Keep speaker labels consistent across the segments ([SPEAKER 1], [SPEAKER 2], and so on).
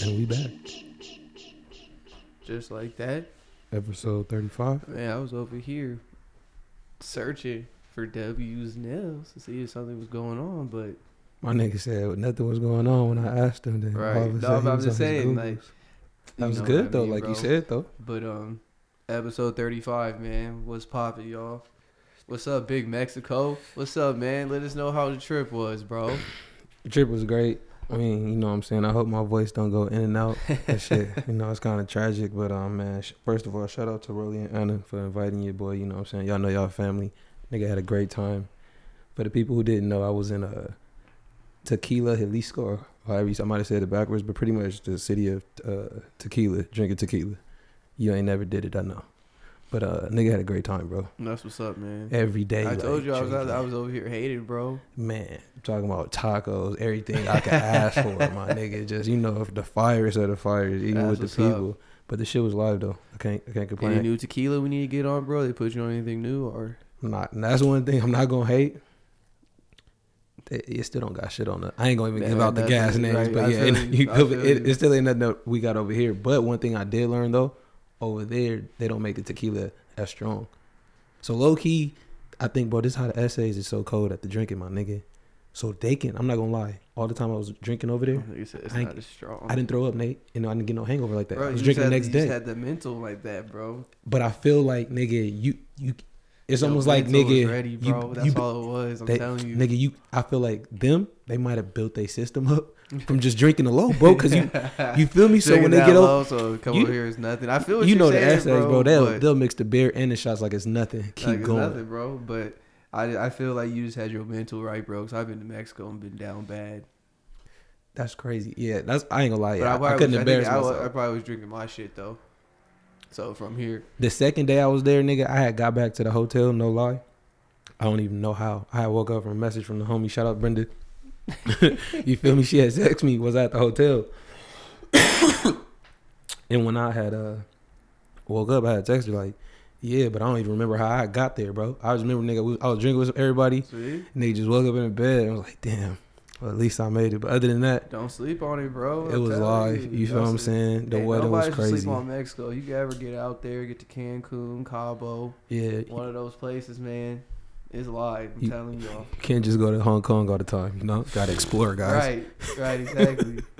[SPEAKER 1] And we back.
[SPEAKER 2] Just like that.
[SPEAKER 1] Episode 35.
[SPEAKER 2] Man, I was over here searching for W's nails to see if something was going on, but
[SPEAKER 1] My nigga said nothing was going on when I asked him. Then all of
[SPEAKER 2] Right.
[SPEAKER 1] a
[SPEAKER 2] No,
[SPEAKER 1] sudden he
[SPEAKER 2] but I'm
[SPEAKER 1] was
[SPEAKER 2] just
[SPEAKER 1] on his
[SPEAKER 2] saying,
[SPEAKER 1] Googles.
[SPEAKER 2] like,
[SPEAKER 1] that
[SPEAKER 2] you
[SPEAKER 1] was
[SPEAKER 2] know
[SPEAKER 1] good
[SPEAKER 2] what I
[SPEAKER 1] though,
[SPEAKER 2] mean,
[SPEAKER 1] like
[SPEAKER 2] bro.
[SPEAKER 1] you said though.
[SPEAKER 2] But um, episode thirty-five, man, what's poppin', y'all? What's up, Big Mexico? What's up, man? Let us know how the trip was, bro.
[SPEAKER 1] The trip was great. I mean, you know what I'm saying. I hope my voice don't go in and out. That shit, you know, it's kind of tragic. But um, man, sh- first of all, shout out to Rolly and Anna for inviting your boy. You know what I'm saying. Y'all know y'all family. Nigga had a great time. For the people who didn't know, I was in a Tequila Jalisco, or however you, I might have said it backwards, but pretty much the city of uh, tequila, drinking tequila. You ain't never did it, I know. But uh, nigga had a great time, bro.
[SPEAKER 2] That's what's up, man.
[SPEAKER 1] Every day,
[SPEAKER 2] I
[SPEAKER 1] like,
[SPEAKER 2] told you I was
[SPEAKER 1] drinking.
[SPEAKER 2] I was over here hating, bro.
[SPEAKER 1] Man, I'm talking about tacos, everything I could ask for, my nigga. Just you know, if the fires are the fires, even with
[SPEAKER 2] That's
[SPEAKER 1] the
[SPEAKER 2] what's up.
[SPEAKER 1] people. But the shit was live though. I can't, I can't
[SPEAKER 2] Any
[SPEAKER 1] complain.
[SPEAKER 2] new tequila we need to get on, bro? They put you on anything new or?
[SPEAKER 1] I'm not, and that's one thing I'm not gonna hate. It, it still don't got shit on it. I ain't gonna even
[SPEAKER 2] Man,
[SPEAKER 1] give out the
[SPEAKER 2] that's-
[SPEAKER 1] gas names,
[SPEAKER 2] right,
[SPEAKER 1] but
[SPEAKER 2] I
[SPEAKER 1] yeah,
[SPEAKER 2] feel
[SPEAKER 1] it,
[SPEAKER 2] you.
[SPEAKER 1] you
[SPEAKER 2] I
[SPEAKER 1] feel-
[SPEAKER 2] feel
[SPEAKER 1] it,
[SPEAKER 2] you.
[SPEAKER 1] it still ain't nothing that we got over here. But one thing I did learn though, over there they don't make the tequila as strong. So low key, I think, bro, this is how the essays is so cold at the drinking, my nigga. So they can. I'm not gonna lie. All the time I was drinking over there,
[SPEAKER 2] You said it's
[SPEAKER 1] I-
[SPEAKER 2] not as strong.
[SPEAKER 1] I didn't throw up, Nate. You know, I didn't get no hangover like that.
[SPEAKER 2] Bro,
[SPEAKER 1] I
[SPEAKER 2] you
[SPEAKER 1] was
[SPEAKER 2] just
[SPEAKER 1] drinking
[SPEAKER 2] had-
[SPEAKER 1] the next
[SPEAKER 2] you
[SPEAKER 1] day.
[SPEAKER 2] Just had the mental like that, bro.
[SPEAKER 1] but I feel like, nigga, you you. It's
[SPEAKER 2] Your
[SPEAKER 1] almost like,
[SPEAKER 2] mental was
[SPEAKER 1] nigga,
[SPEAKER 2] ready,
[SPEAKER 1] you-
[SPEAKER 2] bro.
[SPEAKER 1] you
[SPEAKER 2] That's all it was. I'm
[SPEAKER 1] They-
[SPEAKER 2] telling you,
[SPEAKER 1] Nigga, you I feel like them, they might have built their system up from just drinking alone, bro. Cause you you feel me? So
[SPEAKER 2] Drinking
[SPEAKER 1] when they
[SPEAKER 2] that
[SPEAKER 1] get
[SPEAKER 2] low,
[SPEAKER 1] up
[SPEAKER 2] so come
[SPEAKER 1] you-
[SPEAKER 2] over here is nothing. I feel what
[SPEAKER 1] you
[SPEAKER 2] are
[SPEAKER 1] know the
[SPEAKER 2] saying,
[SPEAKER 1] essays, bro,
[SPEAKER 2] bro.
[SPEAKER 1] they'll
[SPEAKER 2] but-
[SPEAKER 1] they'll mix the beer and the shots like it's nothing. Keep
[SPEAKER 2] like, it's
[SPEAKER 1] going.
[SPEAKER 2] nothing, bro. But I, I feel like you just had your mental right, bro. Because I've been to Mexico and been down bad.
[SPEAKER 1] That's crazy. Yeah, that's I ain't gonna lie.
[SPEAKER 2] But
[SPEAKER 1] Oh, Yeah, I, I
[SPEAKER 2] probably
[SPEAKER 1] couldn't
[SPEAKER 2] was,
[SPEAKER 1] embarrass
[SPEAKER 2] I, think I wa-
[SPEAKER 1] myself.
[SPEAKER 2] I probably was drinking my shit though. So from here,
[SPEAKER 1] The second day I was there, nigga, I had got back to the hotel, no lie. I don't even know how. I had woke up from a message from the homie. Shout out Brenda. you feel me? She had text me, was at the hotel. and when I had uh woke up, I had texted her like, yeah, but I don't even remember how I got there, bro. I just remember nigga, we, I was drinking with everybody.
[SPEAKER 2] see,
[SPEAKER 1] And they just woke up in the bed and I was like, damn, well, at least I made it. But other than that,
[SPEAKER 2] don't sleep on it, bro.
[SPEAKER 1] it
[SPEAKER 2] I'm
[SPEAKER 1] was
[SPEAKER 2] telling
[SPEAKER 1] live. You feel
[SPEAKER 2] Don't
[SPEAKER 1] what I'm
[SPEAKER 2] sleep-
[SPEAKER 1] saying? The
[SPEAKER 2] Ain't
[SPEAKER 1] weather
[SPEAKER 2] nobody
[SPEAKER 1] was
[SPEAKER 2] should
[SPEAKER 1] crazy.
[SPEAKER 2] Sleep on Mexico. You ever get out there, get to Cancun, Cabo,
[SPEAKER 1] Yeah,
[SPEAKER 2] one of those places, man. It's live. I'm
[SPEAKER 1] You-
[SPEAKER 2] telling y'all.
[SPEAKER 1] You can't just go to Hong Kong all the time, you know. Got to explore, guys.
[SPEAKER 2] Right, right, exactly.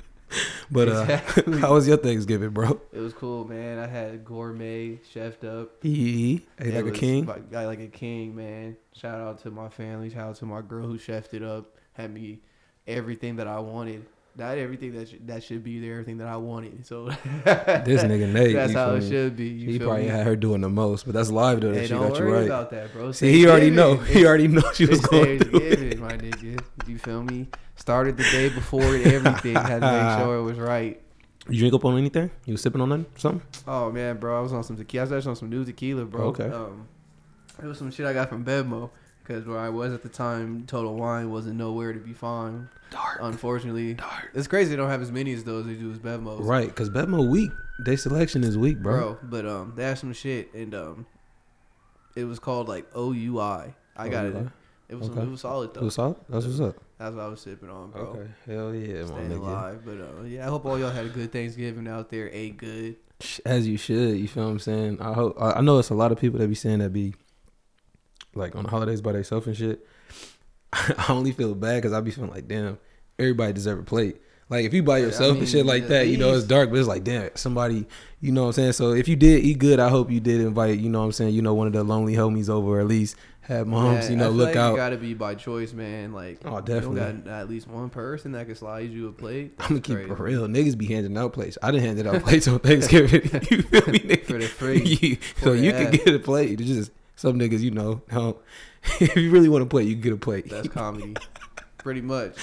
[SPEAKER 1] But uh,
[SPEAKER 2] Exactly.
[SPEAKER 1] how was your Thanksgiving, bro?
[SPEAKER 2] it was cool, man. I had gourmet chefed up.
[SPEAKER 1] Ate like
[SPEAKER 2] It
[SPEAKER 1] a
[SPEAKER 2] was
[SPEAKER 1] king.
[SPEAKER 2] Like, I like a king, man. Shout out to my family. Shout out to my girl who chefed it up. Had me everything that I wanted. Not everything that sh- that should be there. Everything that I wanted. So
[SPEAKER 1] This nigga Nate,
[SPEAKER 2] that's
[SPEAKER 1] you
[SPEAKER 2] how
[SPEAKER 1] feel
[SPEAKER 2] it
[SPEAKER 1] me?
[SPEAKER 2] should be. You
[SPEAKER 1] He
[SPEAKER 2] feel
[SPEAKER 1] probably
[SPEAKER 2] me?
[SPEAKER 1] had her doing the most, but that's live though. That
[SPEAKER 2] Hey,
[SPEAKER 1] she
[SPEAKER 2] don't
[SPEAKER 1] got you
[SPEAKER 2] worry
[SPEAKER 1] right.
[SPEAKER 2] about that, bro.
[SPEAKER 1] See, he already know.
[SPEAKER 2] Thanksgiving.
[SPEAKER 1] He already know she was
[SPEAKER 2] It's
[SPEAKER 1] going through. it.
[SPEAKER 2] Thanksgiving, my nigga. You feel me? Started the day before and everything. Had to make sure it was right.
[SPEAKER 1] You drink up on anything? You was sipping on nothing? Something?
[SPEAKER 2] Oh man, bro, I was on some tequila. I was actually on some new tequila, bro.
[SPEAKER 1] Okay.
[SPEAKER 2] Um, it was some shit I got from Bedmo because where I was at the time, Total Wine wasn't nowhere to be found.
[SPEAKER 1] Dark.
[SPEAKER 2] Unfortunately,
[SPEAKER 1] Dark.
[SPEAKER 2] it's crazy they don't have as many as those they do as Bedmo's,
[SPEAKER 1] Right, cause Betmo weak. Their selection is weak, bro.
[SPEAKER 2] bro. But um, they had some shit and um, it was called like OUI. I got it.
[SPEAKER 1] Okay.
[SPEAKER 2] It was
[SPEAKER 1] Okay.
[SPEAKER 2] it was solid though.
[SPEAKER 1] Oh, What's up? That's what's up.
[SPEAKER 2] That's what I was sipping on, bro.
[SPEAKER 1] Okay. Hell yeah, my
[SPEAKER 2] Staying
[SPEAKER 1] nigga.
[SPEAKER 2] alive, but uh, yeah, I hope all y'all had a good Thanksgiving out there. Ate good.
[SPEAKER 1] as you should. You feel what I'm saying? I hope I I know it's a lot of people that be saying that be like on the holidays by themselves and shit. I only feel bad because I be feeling like damn, everybody deserve a plate. Like if you by
[SPEAKER 2] Yeah, I
[SPEAKER 1] yourself
[SPEAKER 2] mean,
[SPEAKER 1] and shit like
[SPEAKER 2] at
[SPEAKER 1] that, you know it's
[SPEAKER 2] least-
[SPEAKER 1] dark, but it's like damn, somebody, you know what I'm saying. So if you did eat good, I hope you did invite, you know what I'm saying, you know one of the lonely homies over, or at least have moms,
[SPEAKER 2] Yeah,
[SPEAKER 1] you
[SPEAKER 2] I
[SPEAKER 1] know,
[SPEAKER 2] feel
[SPEAKER 1] look
[SPEAKER 2] like
[SPEAKER 1] out.
[SPEAKER 2] It gotta be by choice, man. Like,
[SPEAKER 1] Oh, definitely.
[SPEAKER 2] You don't got at least one person that can slide you a plate.
[SPEAKER 1] I'm gonna keep
[SPEAKER 2] That's
[SPEAKER 1] it
[SPEAKER 2] crazy.
[SPEAKER 1] real. Niggas be handing out plates. I didn't hand out plates on Thanksgiving. you feel me? Nigga?
[SPEAKER 2] For the free.
[SPEAKER 1] You-
[SPEAKER 2] For
[SPEAKER 1] so
[SPEAKER 2] the
[SPEAKER 1] you can
[SPEAKER 2] ass.
[SPEAKER 1] get a plate. It's just some niggas, you know, don't. if you really want a plate, you can get a plate
[SPEAKER 2] That's comedy. pretty much.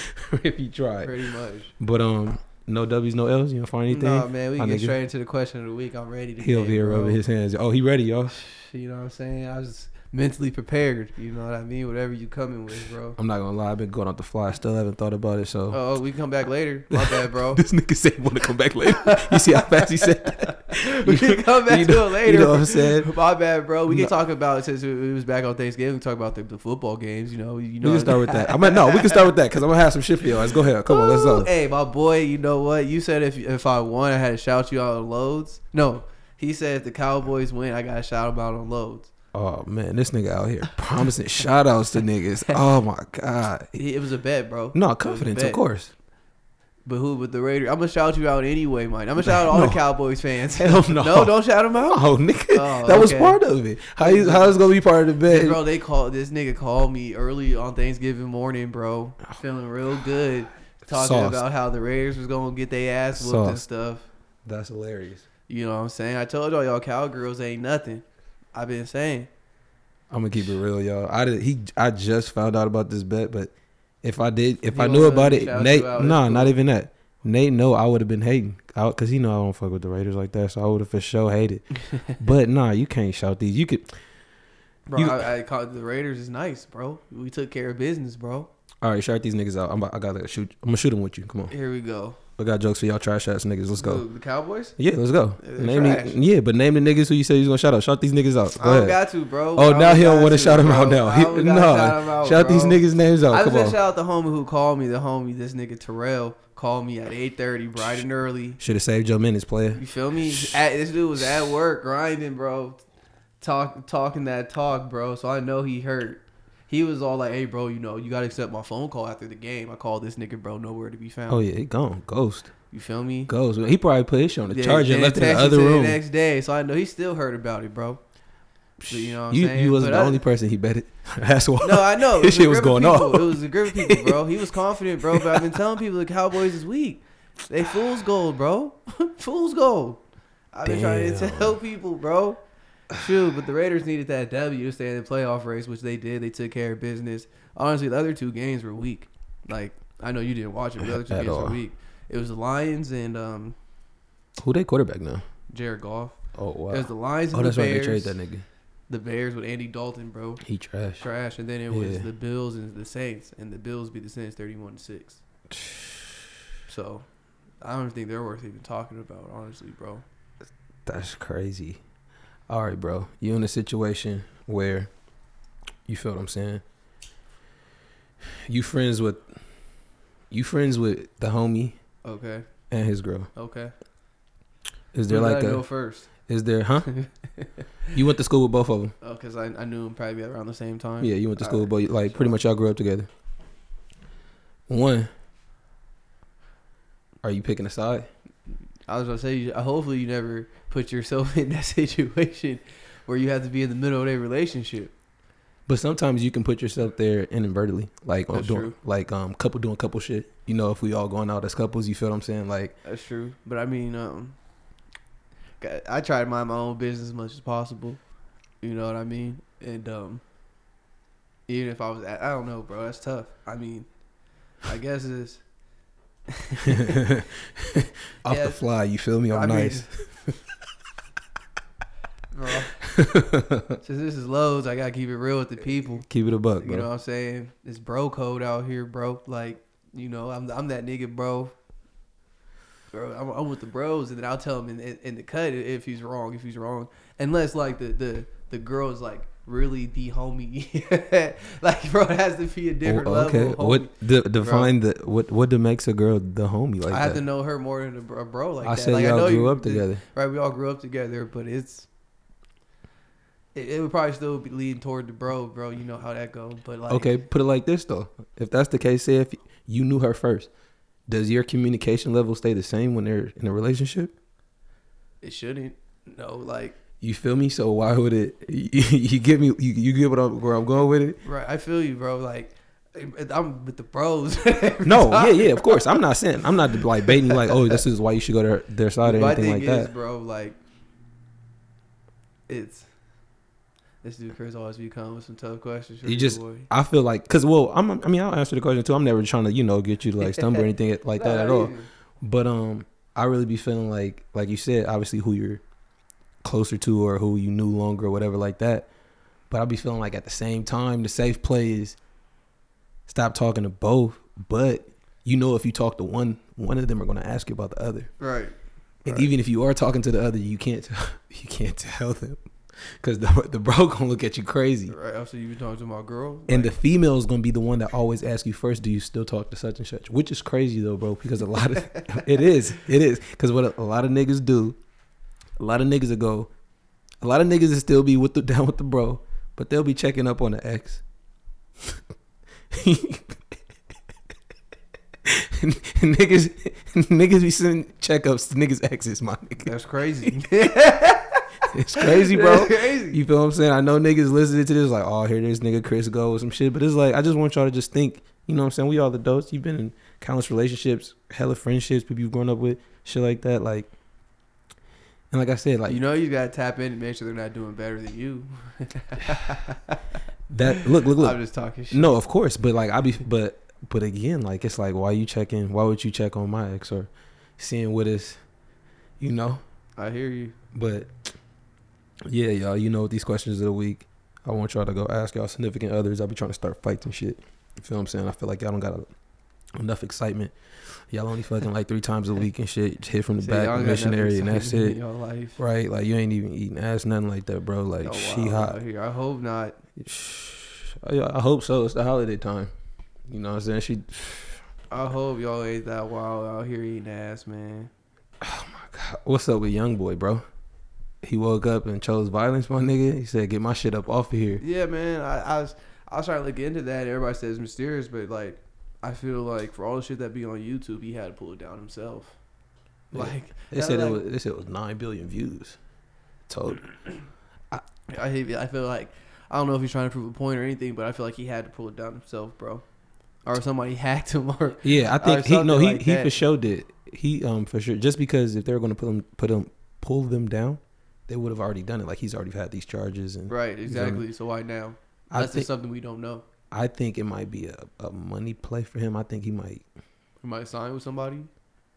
[SPEAKER 1] if you try.
[SPEAKER 2] Pretty much.
[SPEAKER 1] But um, No W's, no L's. You don't find anything.
[SPEAKER 2] Nah, man, we
[SPEAKER 1] My
[SPEAKER 2] get
[SPEAKER 1] nigga.
[SPEAKER 2] straight into the question of the week. I'm ready to.
[SPEAKER 1] he over
[SPEAKER 2] get,
[SPEAKER 1] here
[SPEAKER 2] bro.
[SPEAKER 1] rubbing his hands. Oh, he ready, y'all.
[SPEAKER 2] You know what I'm saying? I was mentally prepared. You know what I mean? Whatever you coming with, bro.
[SPEAKER 1] I'm not gonna lie. I've been going off the fly. Still haven't thought about it. So
[SPEAKER 2] Oh, we can come back later. My bad, bro.
[SPEAKER 1] this nigga said want to come back later. you see how fast he said that?
[SPEAKER 2] we can come back
[SPEAKER 1] You
[SPEAKER 2] to it later.
[SPEAKER 1] You know what I'm saying?
[SPEAKER 2] My bad, bro. We can
[SPEAKER 1] No.
[SPEAKER 2] talk about since it it was back on Thanksgiving. We can talk about the, the football games. You know, you know.
[SPEAKER 1] we can start with that. I'm no, we can start with that because I'm gonna have some shit for y'all. Let's go ahead. Come on, let's
[SPEAKER 2] Ooh,
[SPEAKER 1] go.
[SPEAKER 2] Hey, my boy, you know what? You said if if I won, I had to shout you out on loads. No, he said if the Cowboys win, I gotta shout them out on loads.
[SPEAKER 1] Oh man, this nigga out here promising shout outs to niggas. Oh my god.
[SPEAKER 2] It it was a bet, bro.
[SPEAKER 1] No, confidence, of
[SPEAKER 2] bet.
[SPEAKER 1] course.
[SPEAKER 2] But who? But the Raiders. I'm gonna shout you out anyway, Mike. I'm gonna shout out all
[SPEAKER 1] No.
[SPEAKER 2] the Cowboys fans.
[SPEAKER 1] Hell no.
[SPEAKER 2] no, don't shout them out.
[SPEAKER 1] Oh nigga,
[SPEAKER 2] Oh,
[SPEAKER 1] that was
[SPEAKER 2] okay.
[SPEAKER 1] part of it. How you, how it's gonna be part of the bet?
[SPEAKER 2] Bro, they called this nigga called me early on Thanksgiving morning, bro. Feeling real good. Talking
[SPEAKER 1] Sauced.
[SPEAKER 2] about how the Raiders was gonna get their ass whooped and
[SPEAKER 1] Sauced.
[SPEAKER 2] stuff.
[SPEAKER 1] That's hilarious.
[SPEAKER 2] You know what I'm saying? I told y'all y'all cowgirls ain't nothing. I've been saying.
[SPEAKER 1] I'm gonna keep it real, y'all. I did, he I just found out about this bet, but if I did, if
[SPEAKER 2] He
[SPEAKER 1] I knew
[SPEAKER 2] wanted
[SPEAKER 1] about
[SPEAKER 2] to
[SPEAKER 1] it,
[SPEAKER 2] shout
[SPEAKER 1] Nate,
[SPEAKER 2] you out,
[SPEAKER 1] nah,
[SPEAKER 2] it's
[SPEAKER 1] not
[SPEAKER 2] cool.
[SPEAKER 1] even that. Nate, no, I would have been hating, I, cause he know I don't fuck with the Raiders like that, so I would have for sure hated. but nah, you can't shout these. You could.
[SPEAKER 2] Bro,
[SPEAKER 1] You-
[SPEAKER 2] I, I called the Raiders is nice, bro. We took care of business, bro.
[SPEAKER 1] All right, shout these niggas out. I'm about, I gotta shoot. I'm gonna shoot them with you. Come on,
[SPEAKER 2] Here we go.
[SPEAKER 1] I got jokes for y'all trash ass niggas. Let's go.
[SPEAKER 2] Who, The Cowboys?
[SPEAKER 1] Yeah, let's go.
[SPEAKER 2] They're
[SPEAKER 1] Name the-
[SPEAKER 2] trash.
[SPEAKER 1] yeah, but name the niggas who you said you was gonna shout out. Shout these niggas out. Go
[SPEAKER 2] I don't
[SPEAKER 1] ahead.
[SPEAKER 2] got to, bro.
[SPEAKER 1] Oh,
[SPEAKER 2] I
[SPEAKER 1] now he don't
[SPEAKER 2] got
[SPEAKER 1] want to shout them out.
[SPEAKER 2] bro.
[SPEAKER 1] Now,
[SPEAKER 2] I
[SPEAKER 1] He-
[SPEAKER 2] don't
[SPEAKER 1] no,
[SPEAKER 2] gotta shout 'em out,
[SPEAKER 1] shout
[SPEAKER 2] Oh, bro.
[SPEAKER 1] these niggas names
[SPEAKER 2] I
[SPEAKER 1] out.
[SPEAKER 2] was
[SPEAKER 1] Come
[SPEAKER 2] gonna
[SPEAKER 1] on.
[SPEAKER 2] shout out the homie who called me. The homie, this nigga Terrell, called me at eight thirty, bright and early.
[SPEAKER 1] Should have saved your minutes, player.
[SPEAKER 2] You feel me? At, this dude was at work grinding, bro. Talk talking that talk, bro. So I know he hurt. He was all like, "Hey, bro, you know you gotta accept my phone call after the game." I called this nigga, bro, nowhere to be found.
[SPEAKER 1] Oh yeah, he gone. Ghost.
[SPEAKER 2] You feel me?
[SPEAKER 1] Ghost. He probably put his shit on the
[SPEAKER 2] Yeah,
[SPEAKER 1] charger and
[SPEAKER 2] then
[SPEAKER 1] left it in the
[SPEAKER 2] text
[SPEAKER 1] other
[SPEAKER 2] to
[SPEAKER 1] room.
[SPEAKER 2] The next day, so I know he still heard about it, bro. But you know what I'm
[SPEAKER 1] you,
[SPEAKER 2] saying?
[SPEAKER 1] you wasn't
[SPEAKER 2] But
[SPEAKER 1] the
[SPEAKER 2] I-
[SPEAKER 1] only person he betted. That's why.
[SPEAKER 2] No, I know. It
[SPEAKER 1] This
[SPEAKER 2] a
[SPEAKER 1] shit was
[SPEAKER 2] group of
[SPEAKER 1] going
[SPEAKER 2] people.
[SPEAKER 1] on.
[SPEAKER 2] It was a group of people, bro. He was confident, bro. But I've been telling people the Cowboys is weak. They fool's gold, bro. fool's gold. I've been trying to
[SPEAKER 1] Damn.
[SPEAKER 2] tell people, bro. Shoot, but the Raiders needed that W to stay in the playoff race, which they did. They took care of business. Honestly, the other two games were weak. Like I know you didn't watch it, but the other two
[SPEAKER 1] At
[SPEAKER 2] games
[SPEAKER 1] all.
[SPEAKER 2] were weak. It was the Lions and um,
[SPEAKER 1] Who they quarterback now?
[SPEAKER 2] Jared Goff.
[SPEAKER 1] Oh wow.
[SPEAKER 2] It was the Lions and
[SPEAKER 1] Oh,
[SPEAKER 2] the
[SPEAKER 1] that's right. They traded
[SPEAKER 2] Bears.
[SPEAKER 1] that nigga.
[SPEAKER 2] the Bears with Andy Dalton, bro
[SPEAKER 1] He trash.
[SPEAKER 2] trash, and then it was
[SPEAKER 1] Yeah.
[SPEAKER 2] the Bills and the Saints, and the Bills beat the Saints thirty-one to six. So, I don't think they're worth even talking about, honestly, bro.
[SPEAKER 1] That's crazy. All right, bro. You in a situation where you feel what I'm saying? You friends with you friends with the homie
[SPEAKER 2] Okay,
[SPEAKER 1] and his girl.
[SPEAKER 2] okay.
[SPEAKER 1] Is there
[SPEAKER 2] Who did
[SPEAKER 1] like
[SPEAKER 2] I go
[SPEAKER 1] a
[SPEAKER 2] first?
[SPEAKER 1] is there huh? you went to school with both of them.
[SPEAKER 2] Oh, because I, I knew him probably around the same time.
[SPEAKER 1] Yeah, you went to
[SPEAKER 2] All
[SPEAKER 1] school with
[SPEAKER 2] right.
[SPEAKER 1] both like pretty
[SPEAKER 2] So-
[SPEAKER 1] much y'all grew up together. One Are you picking a side?
[SPEAKER 2] I was gonna say, you- hopefully, you never put yourself in that situation where you have to be in the middle of a relationship.
[SPEAKER 1] But sometimes you can put yourself there inadvertently, like on
[SPEAKER 2] That's
[SPEAKER 1] doing,
[SPEAKER 2] true.
[SPEAKER 1] like um couple doing couple shit. You know, if we all going out as couples, you feel what I'm saying? Like
[SPEAKER 2] That's true, but I mean, um, g- I try to mind my own business as much as possible. You know what I mean? And um, even if I was, at, I don't know, bro. That's tough. I mean, I guess it's.
[SPEAKER 1] off
[SPEAKER 2] Yeah.
[SPEAKER 1] the fly, you feel me? I'm
[SPEAKER 2] I mean-
[SPEAKER 1] nice.
[SPEAKER 2] Bro, since this is loads, I gotta keep it real with the people.
[SPEAKER 1] Keep it a buck, bro.
[SPEAKER 2] You know what I'm saying? It's bro code out here, bro. Like, you know, I'm I'm that nigga, bro. Bro, I'm, I'm with the bros, and then I'll tell him in, in, in the cut if he's wrong. If he's wrong, unless like the the the girl is like really the homie, like bro, it has to be a different
[SPEAKER 1] Oh,
[SPEAKER 2] level.
[SPEAKER 1] okay,
[SPEAKER 2] of homie.
[SPEAKER 1] what de- define the what what that makes a girl the homie like
[SPEAKER 2] I have
[SPEAKER 1] that?
[SPEAKER 2] to know her more than a bro, a bro like
[SPEAKER 1] I
[SPEAKER 2] that.
[SPEAKER 1] said
[SPEAKER 2] like,
[SPEAKER 1] y'all
[SPEAKER 2] I know
[SPEAKER 1] grew
[SPEAKER 2] you-
[SPEAKER 1] up together.
[SPEAKER 2] right? We all grew up together, but it's. It, it would probably still be leading toward the bro, bro. You know how that goes, but like
[SPEAKER 1] okay, put it like this though. If that's the case, say if you knew her first, does your communication level stay the same when they're in a relationship?
[SPEAKER 2] it shouldn't. No, like
[SPEAKER 1] You feel me? So why would it? You, give me. You, you get what I'm, where I'm going with it?
[SPEAKER 2] Right, I feel you, bro. Like, eh, I'm with the bros.
[SPEAKER 1] No, yeah, yeah, of course. I'm not saying I'm not like baiting you like, oh, this is why you should go to her, their side or
[SPEAKER 2] My
[SPEAKER 1] anything
[SPEAKER 2] thing
[SPEAKER 1] like
[SPEAKER 2] is,
[SPEAKER 1] that.
[SPEAKER 2] bro, like, it's this dude Chris always be coming with some tough questions. for
[SPEAKER 1] You
[SPEAKER 2] me,
[SPEAKER 1] just-
[SPEAKER 2] boy.
[SPEAKER 1] I feel like, cause well, I'm, I mean, I'll answer the question too. I'm never trying to, you know, get you to like stumble or anything like that
[SPEAKER 2] Nah,
[SPEAKER 1] at all.
[SPEAKER 2] even.
[SPEAKER 1] But um, I really be feeling like, like you said, obviously who you're closer to or who you knew longer or whatever like that. But I be feeling like at the same time, the safe play is stop talking to both. But you know, if you talk to one, one of them are gonna ask you about the other.
[SPEAKER 2] Right.
[SPEAKER 1] And
[SPEAKER 2] Right.
[SPEAKER 1] even if you are talking to the other, you can't, you can't tell them, because the the bro gonna look at you crazy.
[SPEAKER 2] Right. After you been talking to my girl.
[SPEAKER 1] And the
[SPEAKER 2] like,
[SPEAKER 1] female is gonna be the one that always asks you first, "Do you still talk to such and such?" Which is crazy though, bro, because a lot of it is, it is, because what a, a lot of niggas do, a lot of niggas will go, a lot of niggas will still be with the down with the bro, but they'll be checking up on the ex. niggas, niggas be sending checkups to niggas' exes, my nigga.
[SPEAKER 2] that's crazy.
[SPEAKER 1] It's crazy, bro.
[SPEAKER 2] That's crazy.
[SPEAKER 1] You feel what I'm saying? I know niggas listening to this like, oh, here this nigga Chris go with some shit, but it's like I just want y'all to just think. You know what I'm saying? We all adults. You've been in countless relationships, hella friendships, people you've grown up with, shit like that. Like, and like I said, like
[SPEAKER 2] you know you gotta tap in and make sure they're not doing better than you.
[SPEAKER 1] that. Look, look,
[SPEAKER 2] I'm
[SPEAKER 1] look.
[SPEAKER 2] just talking shit.
[SPEAKER 1] No, of course, but like I be, but but again, like it's like why you checking? Why would you check on my ex or seeing what is, you know?
[SPEAKER 2] I hear you.
[SPEAKER 1] But yeah, y'all, you know what these questions of the week. I want y'all to go ask y'all significant others. I'll be trying to start fights and shit. You feel what I'm saying? I feel like y'all don't got enough excitement. Y'all only fucking like three times a week and shit. Just hit from the
[SPEAKER 2] Say,
[SPEAKER 1] back,
[SPEAKER 2] y'all got
[SPEAKER 1] missionary,
[SPEAKER 2] nothing
[SPEAKER 1] and that's
[SPEAKER 2] exciting in
[SPEAKER 1] it.
[SPEAKER 2] Your life.
[SPEAKER 1] Right? Like you ain't even eating ass, nothing like that, bro. Like
[SPEAKER 2] Oh,
[SPEAKER 1] she
[SPEAKER 2] wow,
[SPEAKER 1] hot.
[SPEAKER 2] out here. I hope not.
[SPEAKER 1] Shh. I I hope so. It's the holiday time. You know what I'm saying? She
[SPEAKER 2] I hope y'all ain't that wild out here eating ass, man.
[SPEAKER 1] What's up with young boy, bro? He woke up and chose violence, my nigga. He said, "Get my shit up off of here."
[SPEAKER 2] Yeah, man. I, I was I was trying to look into that. And everybody says mysterious, but like I feel like for all the shit that be on YouTube, he had to pull it down himself.
[SPEAKER 1] Yeah.
[SPEAKER 2] Like
[SPEAKER 1] They said
[SPEAKER 2] like,
[SPEAKER 1] it was. They said it was nine billion views. Total.
[SPEAKER 2] I hate- I feel like I don't know if he's trying to prove a point or anything, but I feel like he had to pull it down himself, bro. Or somebody hacked him or
[SPEAKER 1] Yeah, I
[SPEAKER 2] Or
[SPEAKER 1] think he no
[SPEAKER 2] Oh, something
[SPEAKER 1] he,
[SPEAKER 2] like
[SPEAKER 1] he
[SPEAKER 2] that.
[SPEAKER 1] for sure did. He um for sure just because if they were gonna put him put him pull them down, they would have already done it. Like he's already had these charges and
[SPEAKER 2] Right,
[SPEAKER 1] You feel me?
[SPEAKER 2] exactly. So why now?
[SPEAKER 1] I
[SPEAKER 2] That's
[SPEAKER 1] think
[SPEAKER 2] just something we don't know.
[SPEAKER 1] I think it might be a, a money play for him. I think he might
[SPEAKER 2] We might sign with somebody.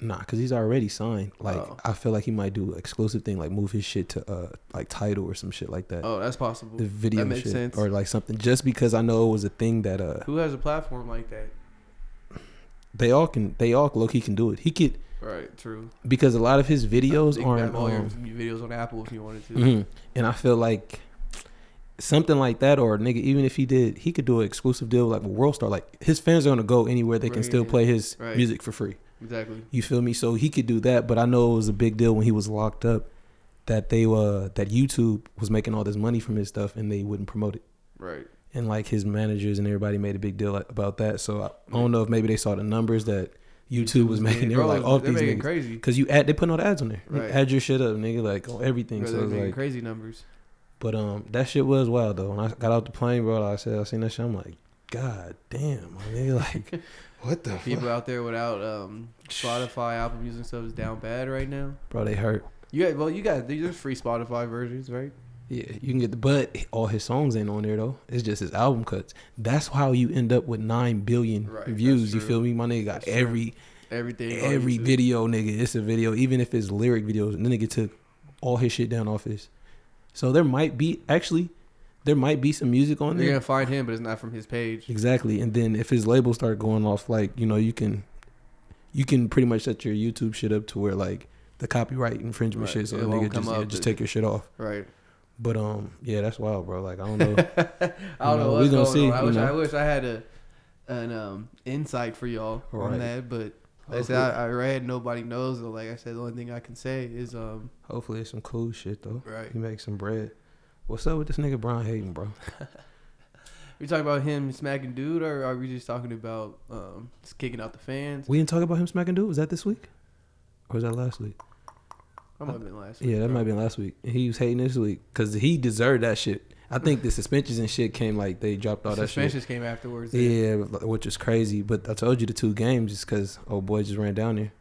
[SPEAKER 1] nah because he's already signed. Like
[SPEAKER 2] Oh.
[SPEAKER 1] I feel like he might do an exclusive thing like move his shit to uh like title or some shit like that.
[SPEAKER 2] Oh, that's possible.
[SPEAKER 1] The video
[SPEAKER 2] makes
[SPEAKER 1] shit
[SPEAKER 2] sense.
[SPEAKER 1] or like something just because I know it was a thing that uh
[SPEAKER 2] Who has a platform like that?
[SPEAKER 1] they all can they all low key can do it. He could
[SPEAKER 2] Right, true.
[SPEAKER 1] because a lot of his videos
[SPEAKER 2] You can
[SPEAKER 1] aren't
[SPEAKER 2] have all your
[SPEAKER 1] um,
[SPEAKER 2] videos on Apple if you wanted to.
[SPEAKER 1] mhm. and I feel like something like that or a nigga even if he did he could do an exclusive deal like with World Star like his fans are gonna go anywhere they can still
[SPEAKER 2] Right,
[SPEAKER 1] play his
[SPEAKER 2] right.
[SPEAKER 1] music for free
[SPEAKER 2] Exactly.
[SPEAKER 1] you feel me so he could do that but I know it was a big deal when he was locked up that they uh that YouTube was making all this money from his stuff and they wouldn't promote it
[SPEAKER 2] Right.
[SPEAKER 1] and like his managers and everybody made a big deal about that so I, I don't know if maybe they saw the numbers that YouTube was making they were
[SPEAKER 2] Bro,
[SPEAKER 1] like off
[SPEAKER 2] they're
[SPEAKER 1] these
[SPEAKER 2] making
[SPEAKER 1] niggas
[SPEAKER 2] crazy.
[SPEAKER 1] Cause you add, they putting all the ads on there. You
[SPEAKER 2] Right.
[SPEAKER 1] Add your shit up, nigga, like on everything.
[SPEAKER 2] Bro,
[SPEAKER 1] so
[SPEAKER 2] they're
[SPEAKER 1] it's
[SPEAKER 2] making
[SPEAKER 1] like,
[SPEAKER 2] crazy numbers.
[SPEAKER 1] but um, that shit was wild though. When I got out the plane, bro, I said I seen that shit. I'm like, God damn, my nigga, like, what the fuck,
[SPEAKER 2] People out there without um, Spotify, Apple Music stuff is down bad right now.
[SPEAKER 1] bro? They hurt.
[SPEAKER 2] You got well, you got there's free Spotify versions, right?
[SPEAKER 1] Yeah, you can get the but all his songs ain't on there though. It's just his album cuts. That's how you end up with nine billion
[SPEAKER 2] Right,
[SPEAKER 1] views.
[SPEAKER 2] that's
[SPEAKER 1] You
[SPEAKER 2] true.
[SPEAKER 1] feel me? My nigga got
[SPEAKER 2] That's true.
[SPEAKER 1] every
[SPEAKER 2] Everything. on
[SPEAKER 1] every
[SPEAKER 2] YouTube.
[SPEAKER 1] video, nigga. It's a video, even if it's lyric videos. And the nigga took all his shit down off his. So there might be actually, there might be some music on
[SPEAKER 2] You're
[SPEAKER 1] there.
[SPEAKER 2] gonna find him, but it's not from his page.
[SPEAKER 1] Exactly. And then if his label start going off, like, you know, you can you can pretty much set your YouTube shit up to where like the copyright infringement
[SPEAKER 2] Right.
[SPEAKER 1] shit so
[SPEAKER 2] It
[SPEAKER 1] the
[SPEAKER 2] won't
[SPEAKER 1] nigga
[SPEAKER 2] come
[SPEAKER 1] just, yeah,
[SPEAKER 2] up.
[SPEAKER 1] just take your shit off.
[SPEAKER 2] Right.
[SPEAKER 1] But um yeah, that's wild, bro. Like I don't know.
[SPEAKER 2] I don't
[SPEAKER 1] You
[SPEAKER 2] know
[SPEAKER 1] know, we
[SPEAKER 2] what's
[SPEAKER 1] gonna
[SPEAKER 2] going
[SPEAKER 1] see,
[SPEAKER 2] on. I
[SPEAKER 1] you
[SPEAKER 2] wish
[SPEAKER 1] know.
[SPEAKER 2] I wish I had a an um insight for y'all on
[SPEAKER 1] Right.
[SPEAKER 2] that, but like I said
[SPEAKER 1] hopefully,
[SPEAKER 2] I, I read nobody knows. So like I said, the only thing I can say is um
[SPEAKER 1] hopefully it's some cool shit though.
[SPEAKER 2] right.
[SPEAKER 1] He makes some bread. What's up with this nigga Brian Hayden, bro?
[SPEAKER 2] We talking about him smacking dude, or are we just talking about um just kicking out the fans?
[SPEAKER 1] We didn't talk about him smacking dude. Was that this week? Or was that last week?
[SPEAKER 2] That might have been last.
[SPEAKER 1] Yeah,
[SPEAKER 2] week,
[SPEAKER 1] that
[SPEAKER 2] bro.
[SPEAKER 1] might have been last week. He was hating this week because he deserved that shit. I think the suspensions and shit came like they dropped all
[SPEAKER 2] The
[SPEAKER 1] that shit.
[SPEAKER 2] suspensions came afterwards. then.
[SPEAKER 1] Yeah, which is crazy. But I told you the two games is because old boy just ran down there.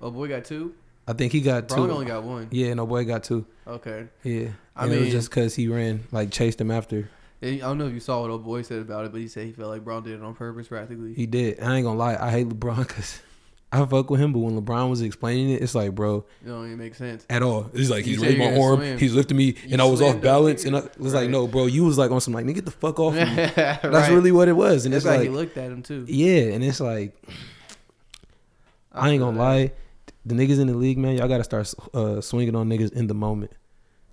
[SPEAKER 2] Oh boy, got two.
[SPEAKER 1] I think he got
[SPEAKER 2] Probably
[SPEAKER 1] two.
[SPEAKER 2] only got one.
[SPEAKER 1] yeah, no boy got two.
[SPEAKER 2] Okay.
[SPEAKER 1] Yeah,
[SPEAKER 2] I
[SPEAKER 1] and it was
[SPEAKER 2] mean-
[SPEAKER 1] just because he ran like chased him after.
[SPEAKER 2] And I don't know if you saw what old boy said about it, but he said he felt like Braun did it on purpose, practically.
[SPEAKER 1] He did. I ain't gonna lie, I hate LeBron because I fuck with him, but when LeBron was explaining it, it's like, bro,
[SPEAKER 2] It don't even make sense.
[SPEAKER 1] at all. He's like,
[SPEAKER 2] You
[SPEAKER 1] he's
[SPEAKER 2] said
[SPEAKER 1] raised
[SPEAKER 2] you
[SPEAKER 1] my
[SPEAKER 2] gonna
[SPEAKER 1] arm,
[SPEAKER 2] swim.
[SPEAKER 1] he's lifting me,
[SPEAKER 2] You
[SPEAKER 1] and I was off
[SPEAKER 2] swam down
[SPEAKER 1] balance.
[SPEAKER 2] here.
[SPEAKER 1] And I was
[SPEAKER 2] Right.
[SPEAKER 1] like, no, bro, you was like on some like, nigga, get the fuck off. me.
[SPEAKER 2] That's
[SPEAKER 1] That's really what it was. And
[SPEAKER 2] That's
[SPEAKER 1] it's
[SPEAKER 2] how he
[SPEAKER 1] like,
[SPEAKER 2] looked at him too.
[SPEAKER 1] yeah, and it's like, I ain't gonna lie, the niggas in the league, man, y'all gotta start uh, swinging on niggas in the moment,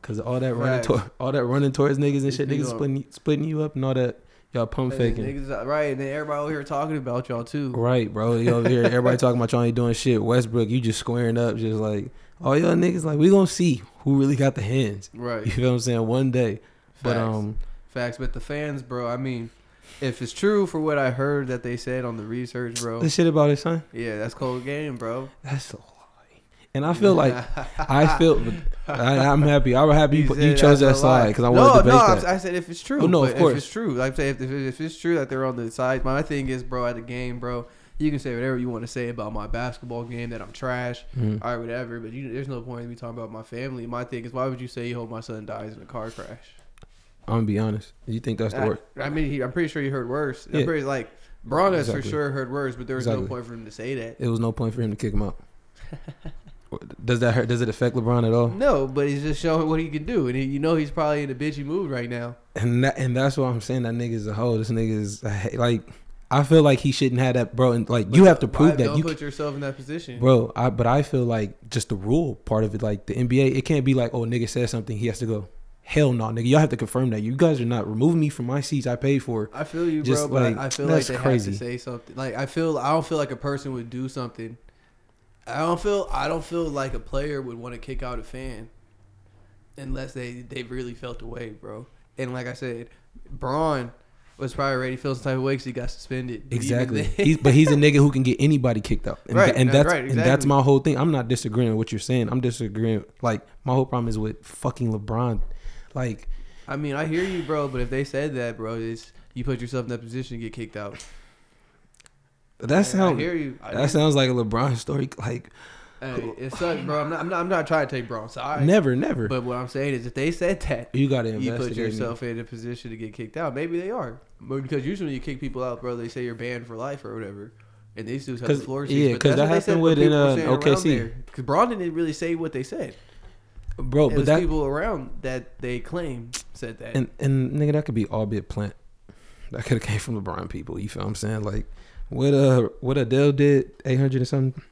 [SPEAKER 1] cause all that running,
[SPEAKER 2] Facts.
[SPEAKER 1] to- all that running towards niggas and
[SPEAKER 2] If
[SPEAKER 1] shit,
[SPEAKER 2] you
[SPEAKER 1] niggas
[SPEAKER 2] gonna-
[SPEAKER 1] splitting, splitting you up and all that, y'all pump
[SPEAKER 2] And then
[SPEAKER 1] faking.
[SPEAKER 2] niggas out- right, and then everybody over here talking about y'all too.
[SPEAKER 1] Right, bro. You over here, everybody talking about y'all ain't doing shit. Westbrook, you just squaring up, just like all y'all niggas. Like we gonna see who really got the hands.
[SPEAKER 2] Right.
[SPEAKER 1] You feel what I'm saying? One day, but
[SPEAKER 2] Facts.
[SPEAKER 1] um,
[SPEAKER 2] Facts, but the fans, bro. I mean, if it's true for what I heard that they said on the research, bro.
[SPEAKER 1] the shit about his son,
[SPEAKER 2] Yeah, that's cold game, bro.
[SPEAKER 1] that's a lie. And I feel like I feel, I, I'm happy. I'm happy you, put- you
[SPEAKER 2] said
[SPEAKER 1] chose that
[SPEAKER 2] that's a lie.
[SPEAKER 1] side because I wanted to
[SPEAKER 2] no,
[SPEAKER 1] debate
[SPEAKER 2] I'm-
[SPEAKER 1] that.
[SPEAKER 2] I said if it's true.
[SPEAKER 1] Oh, no,
[SPEAKER 2] but
[SPEAKER 1] of course.
[SPEAKER 2] If it's true, like I say, if, if, if it's true that they're on the side, my thing is, bro, at the game, bro, you can say whatever you want to say about my basketball game that I'm trash,
[SPEAKER 1] Mhm.
[SPEAKER 2] all right, whatever. But you, there's no point in me talking about my family. My thing is, why would you say you hope my son dies in a car crash?
[SPEAKER 1] I'm gonna be honest. You think that's the
[SPEAKER 2] I-
[SPEAKER 1] word?
[SPEAKER 2] I mean, he, I'm pretty sure he heard worse. I'm
[SPEAKER 1] Yeah.
[SPEAKER 2] pretty like Braun has for
[SPEAKER 1] Exactly.
[SPEAKER 2] sure heard worse, but there was no
[SPEAKER 1] Exactly.
[SPEAKER 2] point for him to say that.
[SPEAKER 1] It was no point for him to kick him out. Or- Does that hurt? Does it affect LeBron at all?
[SPEAKER 2] No, but he's just showing what he can do, and he, you know he's probably in a bitchy mood right now.
[SPEAKER 1] And that, and that's why I'm saying that nigga's a hoe. This nigga's a he- like, I feel like he shouldn't have that, bro. And like, you have to
[SPEAKER 2] Why-
[SPEAKER 1] prove that
[SPEAKER 2] Don't
[SPEAKER 1] you,
[SPEAKER 2] put yourself in that position.
[SPEAKER 1] can- bro. I but I feel like just the rule part of it, like the NBA, it can't be like, oh, nigga says something, he has to go. Hell no, nigga. Y'all have to confirm that. You guys are not removing me from my seats I paid for.
[SPEAKER 2] I feel you,
[SPEAKER 1] Just,
[SPEAKER 2] bro.
[SPEAKER 1] like,
[SPEAKER 2] but I feel like
[SPEAKER 1] that's
[SPEAKER 2] they
[SPEAKER 1] crazy.
[SPEAKER 2] have to say something. Like I feel, I don't feel like a person would do something. I don't feel, I don't feel like a player would want to kick out a fan, unless they they really felt the way, bro. And like I said, Braun was probably already feeling some type of way 'cause he got suspended. But even
[SPEAKER 1] Exactly.
[SPEAKER 2] then-
[SPEAKER 1] he's, but he's a nigga who can get anybody kicked out. And,
[SPEAKER 2] Right,
[SPEAKER 1] and
[SPEAKER 2] no,
[SPEAKER 1] that's
[SPEAKER 2] right,
[SPEAKER 1] and that's
[SPEAKER 2] exactly.
[SPEAKER 1] my whole thing. I'm not disagreeing with what you're saying. I'm disagreeing like my whole problem is with fucking LeBron. Like
[SPEAKER 2] I mean, I hear you, bro. But if they said that, bro, it's you put yourself in that position to get kicked out.
[SPEAKER 1] that
[SPEAKER 2] I
[SPEAKER 1] sounds
[SPEAKER 2] hear you. I
[SPEAKER 1] that
[SPEAKER 2] hear
[SPEAKER 1] sounds like a LeBron story. Like
[SPEAKER 2] you. Hey, it sucks, bro. I'm not, I'm not, I'm not trying to take Braun's side.
[SPEAKER 1] never, never.
[SPEAKER 2] But what I'm saying is, if they said that,
[SPEAKER 1] you gotta
[SPEAKER 2] you put
[SPEAKER 1] investigate.
[SPEAKER 2] yourself in a position to get kicked out. Maybe they are, but because usually you kick people out, bro. They say you're banned for life or whatever, and these dudes have the
[SPEAKER 1] Cause-
[SPEAKER 2] floor
[SPEAKER 1] yeah,
[SPEAKER 2] seats. but
[SPEAKER 1] 'cause
[SPEAKER 2] that's
[SPEAKER 1] that
[SPEAKER 2] what they
[SPEAKER 1] happened
[SPEAKER 2] said when
[SPEAKER 1] with in,
[SPEAKER 2] people
[SPEAKER 1] uh,
[SPEAKER 2] were saying around
[SPEAKER 1] OKC.
[SPEAKER 2] there. 'Cause Braun didn't really say what they said.
[SPEAKER 1] bro.
[SPEAKER 2] it
[SPEAKER 1] Oh, But
[SPEAKER 2] was
[SPEAKER 1] that
[SPEAKER 2] people around that they claim said that.
[SPEAKER 1] and and nigga, that could be all bit plant. That could have came from LeBron people. You feel what I'm saying? Like what uh what Adele did, eight hundred and something,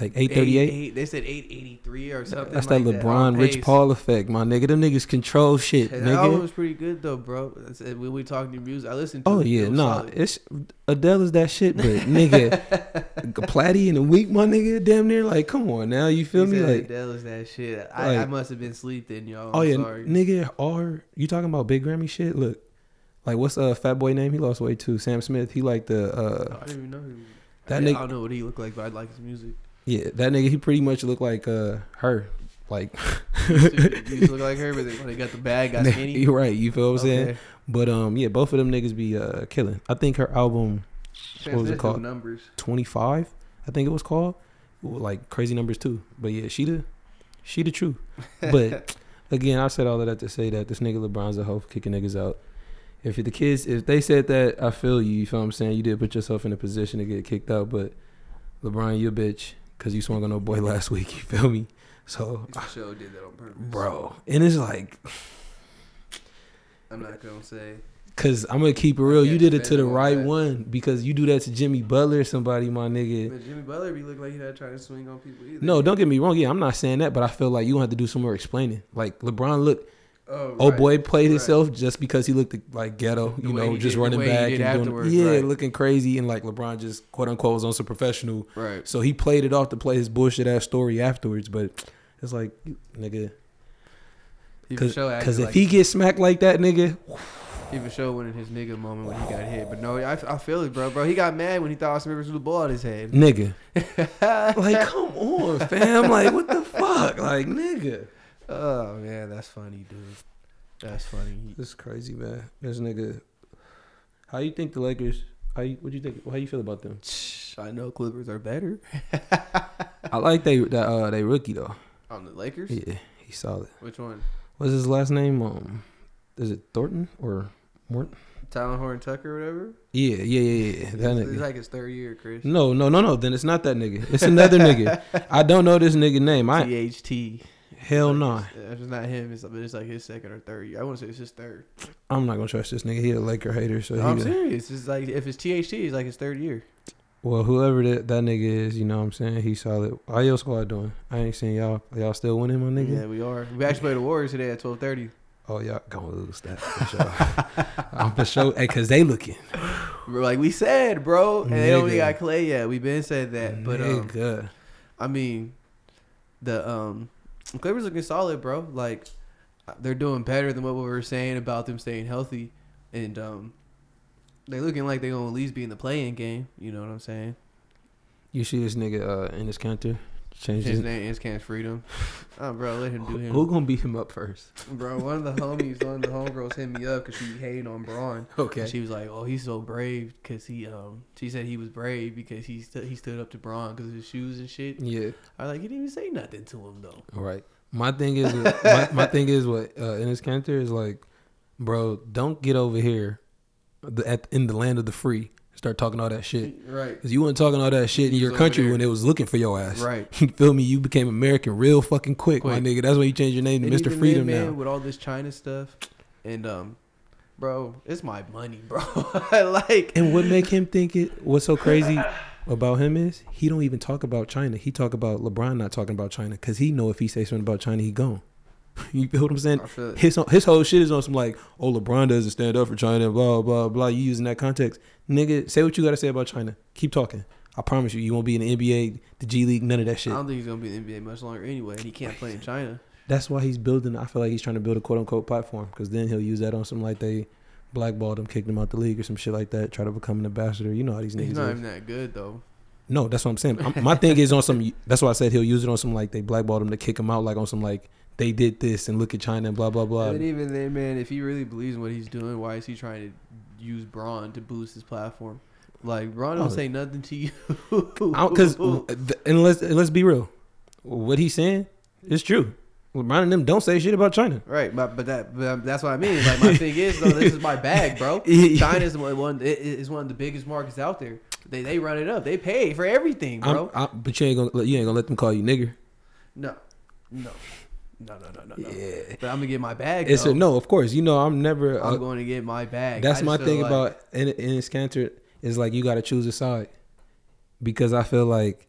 [SPEAKER 1] like eight thirty eight.
[SPEAKER 2] Eight- They said 883 or something.
[SPEAKER 1] That's
[SPEAKER 2] like
[SPEAKER 1] that LeBron
[SPEAKER 2] on
[SPEAKER 1] Rich
[SPEAKER 2] pace.
[SPEAKER 1] Paul effect, my nigga. Them niggas control shit,
[SPEAKER 2] Hey, That album
[SPEAKER 1] nigga.
[SPEAKER 2] was pretty good though, bro. That's it. When we talking to music, I listened. to
[SPEAKER 1] Oh
[SPEAKER 2] it. It
[SPEAKER 1] yeah,
[SPEAKER 2] was
[SPEAKER 1] nah.
[SPEAKER 2] solid.
[SPEAKER 1] It's Adele is that shit, but nigga, Platty in a week, my nigga, damn near like, come on now, you feel
[SPEAKER 2] He
[SPEAKER 1] me?
[SPEAKER 2] said
[SPEAKER 1] Like,
[SPEAKER 2] Adele is that shit. I, I
[SPEAKER 1] like-
[SPEAKER 2] must have been asleep then, y'all.
[SPEAKER 1] oh
[SPEAKER 2] I'm
[SPEAKER 1] yeah,
[SPEAKER 2] sorry.
[SPEAKER 1] nigga, R. You talking about Big Grammy shit? Look, like what's uh fat boy name? He lost weight too. Sam Smith. He like the
[SPEAKER 2] I
[SPEAKER 1] uh
[SPEAKER 2] don't even know who.
[SPEAKER 1] that
[SPEAKER 2] Yeah, I
[SPEAKER 1] nigga.
[SPEAKER 2] don't know what he looked like, but I like his music.
[SPEAKER 1] Yeah, that nigga. He pretty much looked like uh her. Like,
[SPEAKER 2] he used to look like her, but then when they got the bag, got skinny.
[SPEAKER 1] you're right. You feel what I'm saying?
[SPEAKER 2] Okay.
[SPEAKER 1] But um, yeah, both of them niggas be uh killing. I think her album. What was it
[SPEAKER 2] Transitional
[SPEAKER 1] called?
[SPEAKER 2] Numbers.
[SPEAKER 1] 25, I think it was called. Ooh, Like crazy numbers too. But yeah, she the she the truth. But again, I said all of that to say that this nigga LeBron's a hoe for kicking niggas out. If the kids if they said that, I feel you, you feel what I'm saying? You did put yourself in a position to get kicked out, but LeBron, you a bitch, cause you swung on no boy last week, you feel me? So
[SPEAKER 2] The show did that on purpose,
[SPEAKER 1] bro. And it's like
[SPEAKER 2] I'm not gonna say.
[SPEAKER 1] cause I'm gonna keep it real, you
[SPEAKER 2] can't
[SPEAKER 1] did it to
[SPEAKER 2] defend
[SPEAKER 1] the
[SPEAKER 2] him on
[SPEAKER 1] right
[SPEAKER 2] that.
[SPEAKER 1] one because you do that to Jimmy Butler or somebody, my nigga.
[SPEAKER 2] But Jimmy Butler be look like he not trying to swing on people either.
[SPEAKER 1] No, don't get me wrong. Yeah, I'm not saying that, but I feel like you gonna have to do some more explaining. Like LeBron, look,
[SPEAKER 2] Oh,
[SPEAKER 1] oh
[SPEAKER 2] right.
[SPEAKER 1] boy, played
[SPEAKER 2] Right.
[SPEAKER 1] himself just because he looked like ghetto,
[SPEAKER 2] The
[SPEAKER 1] you
[SPEAKER 2] way
[SPEAKER 1] know,
[SPEAKER 2] he
[SPEAKER 1] just
[SPEAKER 2] did- the
[SPEAKER 1] running
[SPEAKER 2] way he
[SPEAKER 1] back
[SPEAKER 2] did
[SPEAKER 1] and doing,
[SPEAKER 2] afterwards,
[SPEAKER 1] yeah,
[SPEAKER 2] right.
[SPEAKER 1] looking crazy, and like LeBron just quote unquote was on some professional,
[SPEAKER 2] Right.
[SPEAKER 1] so he played it off to play his bullshit ass story afterwards. But it's like, nigga,
[SPEAKER 2] He for
[SPEAKER 1] because
[SPEAKER 2] sure acted
[SPEAKER 1] if
[SPEAKER 2] like
[SPEAKER 1] he gets smacked like that, nigga,
[SPEAKER 2] He for sure went in his nigga moment when he got hit. But no, I, I feel it, bro. Bro, he got mad when he thought Austin Rivers threw the ball at his head.
[SPEAKER 1] nigga, like come on, fam, like what the fuck, like nigga,
[SPEAKER 2] oh man, that's funny, dude. That's funny.
[SPEAKER 1] this is crazy, man. This nigga, how you think the Lakers? How you, what you think? How you feel about them?
[SPEAKER 2] I know Clippers are better
[SPEAKER 1] I like they that uh they rookie though.
[SPEAKER 2] on the Lakers.
[SPEAKER 1] Yeah, he's solid.
[SPEAKER 2] Which one?
[SPEAKER 1] What's his last name? Um, is it Thornton or Mort?
[SPEAKER 2] Tylen Horn Tucker, or whatever.
[SPEAKER 1] Yeah, yeah, yeah, yeah. That
[SPEAKER 2] it's, it's
[SPEAKER 1] nigga.
[SPEAKER 2] like his third year, Chris.
[SPEAKER 1] no, no, no, no. Then it's not that nigga. It's another nigga. I don't know this nigga name. I
[SPEAKER 2] THT.
[SPEAKER 1] hell
[SPEAKER 2] Like,
[SPEAKER 1] no.
[SPEAKER 2] it's- If it's not him, it's, it's like his second or third year. I wouldn't say it's his third.
[SPEAKER 1] I'm not gonna trust this nigga. He a Laker hater. So
[SPEAKER 2] I'm
[SPEAKER 1] he a,
[SPEAKER 2] serious. It's like if it's THT, it's like his third year.
[SPEAKER 1] well, whoever that, that nigga is, you know what I'm saying? He solid. How your squad doing? I ain't seen y'all. Y'all still winning, my nigga.
[SPEAKER 2] Yeah, we are. We actually played the Warriors today at twelve thirty.
[SPEAKER 1] Oh, y'all gonna lose that for sure. I'm for sure. Hey, cause they looking.
[SPEAKER 2] We're like we said, bro, and they don't even
[SPEAKER 1] Nigga.
[SPEAKER 2] got Clay yet. We've been said that, but um,
[SPEAKER 1] Nigga.
[SPEAKER 2] I mean, the um, Clippers looking solid, bro. Like they're doing better than what we were saying about them staying healthy, and um, they looking like they gonna at least be in the playing game. You know what I'm saying?
[SPEAKER 1] you see this nigga uh, in his counter change
[SPEAKER 2] His
[SPEAKER 1] his
[SPEAKER 2] name is Can't Freedom. Oh, bro, let him do him.
[SPEAKER 1] Who gonna beat him up first?
[SPEAKER 2] Bro, one of the homies, one of the homegirls hit me up because she hated on Braun.
[SPEAKER 1] Okay.
[SPEAKER 2] And she was like, "Oh, he's so brave because he um." She said he was brave because he stu- he stood up to Braun because of his shoes and shit.
[SPEAKER 1] yeah.
[SPEAKER 2] I was like, "You didn't even say nothing to him though."
[SPEAKER 1] All right. My thing is, my, my thing is what uh, Ennis Cantor is like, bro. Don't get over here, the, at in the land of the free. and Start talking all that shit.
[SPEAKER 2] Right.
[SPEAKER 1] Cause you weren't talking all that shit in
[SPEAKER 2] You
[SPEAKER 1] your
[SPEAKER 2] was over
[SPEAKER 1] country
[SPEAKER 2] there.
[SPEAKER 1] when it was looking for your ass.
[SPEAKER 2] Right.
[SPEAKER 1] You feel me? You became American real fucking quick, my
[SPEAKER 2] Quick.
[SPEAKER 1] nigga. That's why you changed your name to
[SPEAKER 2] They need
[SPEAKER 1] Mr.
[SPEAKER 2] the
[SPEAKER 1] Freedom
[SPEAKER 2] man
[SPEAKER 1] now.
[SPEAKER 2] with all this China stuff, and um, bro, it's my money, bro. like,
[SPEAKER 1] And what make him think it? What's so crazy about him is he don't even talk about China. He talk about LeBron not talking about China because he know if he say something about China, he gone. You feel what I'm saying?
[SPEAKER 2] I feel it.
[SPEAKER 1] His his whole shit is on some like, oh LeBron doesn't stand up for China, blah blah blah. You using that context, nigga? Say what you gotta say about China. Keep talking. I promise you, you won't be in the NBA, the G League, none of that
[SPEAKER 2] I
[SPEAKER 1] shit.
[SPEAKER 2] don't think he's gonna be in the NBA much longer anyway, and he can't play in China.
[SPEAKER 1] That's why he's building. I feel like he's trying to build a quote unquote platform because then he'll use that on some like they blackballed him, kicked him out the league or some shit like that. Try to become an ambassador. You know how these niggas.
[SPEAKER 2] He's not
[SPEAKER 1] is.
[SPEAKER 2] even that good though.
[SPEAKER 1] No, that's what I'm saying. I'm- my thing is on some. That's why I said he'll use it on some like they blackballed him to kick him out, like on some like they did this and look at China and blah blah blah.
[SPEAKER 2] But even then, man, if he really believes in what he's doing, why is he trying to use Braun to boost his platform? Like Braun don't
[SPEAKER 1] Oh.
[SPEAKER 2] say nothing to you.
[SPEAKER 1] Because and let's and let's be real, what he's saying is true. LeBron and them don't say shit about China.
[SPEAKER 2] right, but but that but um, that's what I mean. Like my thing is though, this is my bag, bro.
[SPEAKER 1] Yeah.
[SPEAKER 2] China's one one it- it- it's one of the biggest markets out there. They they run it up. They pay for everything,
[SPEAKER 1] I'm-
[SPEAKER 2] bro.
[SPEAKER 1] I- but you ain't gonna you ain't gonna let them call you nigger.
[SPEAKER 2] no, no, no, no, no, no. no.
[SPEAKER 1] Yeah,
[SPEAKER 2] But I'm gonna get my bag.
[SPEAKER 1] it's
[SPEAKER 2] though.
[SPEAKER 1] a, no. Of course, you know I'm never.
[SPEAKER 2] I'm
[SPEAKER 1] uh,
[SPEAKER 2] going to get my bag. I
[SPEAKER 1] that's
[SPEAKER 2] just
[SPEAKER 1] my
[SPEAKER 2] feel
[SPEAKER 1] thing
[SPEAKER 2] like-
[SPEAKER 1] about in in Cantor is like you got to choose a side because I feel like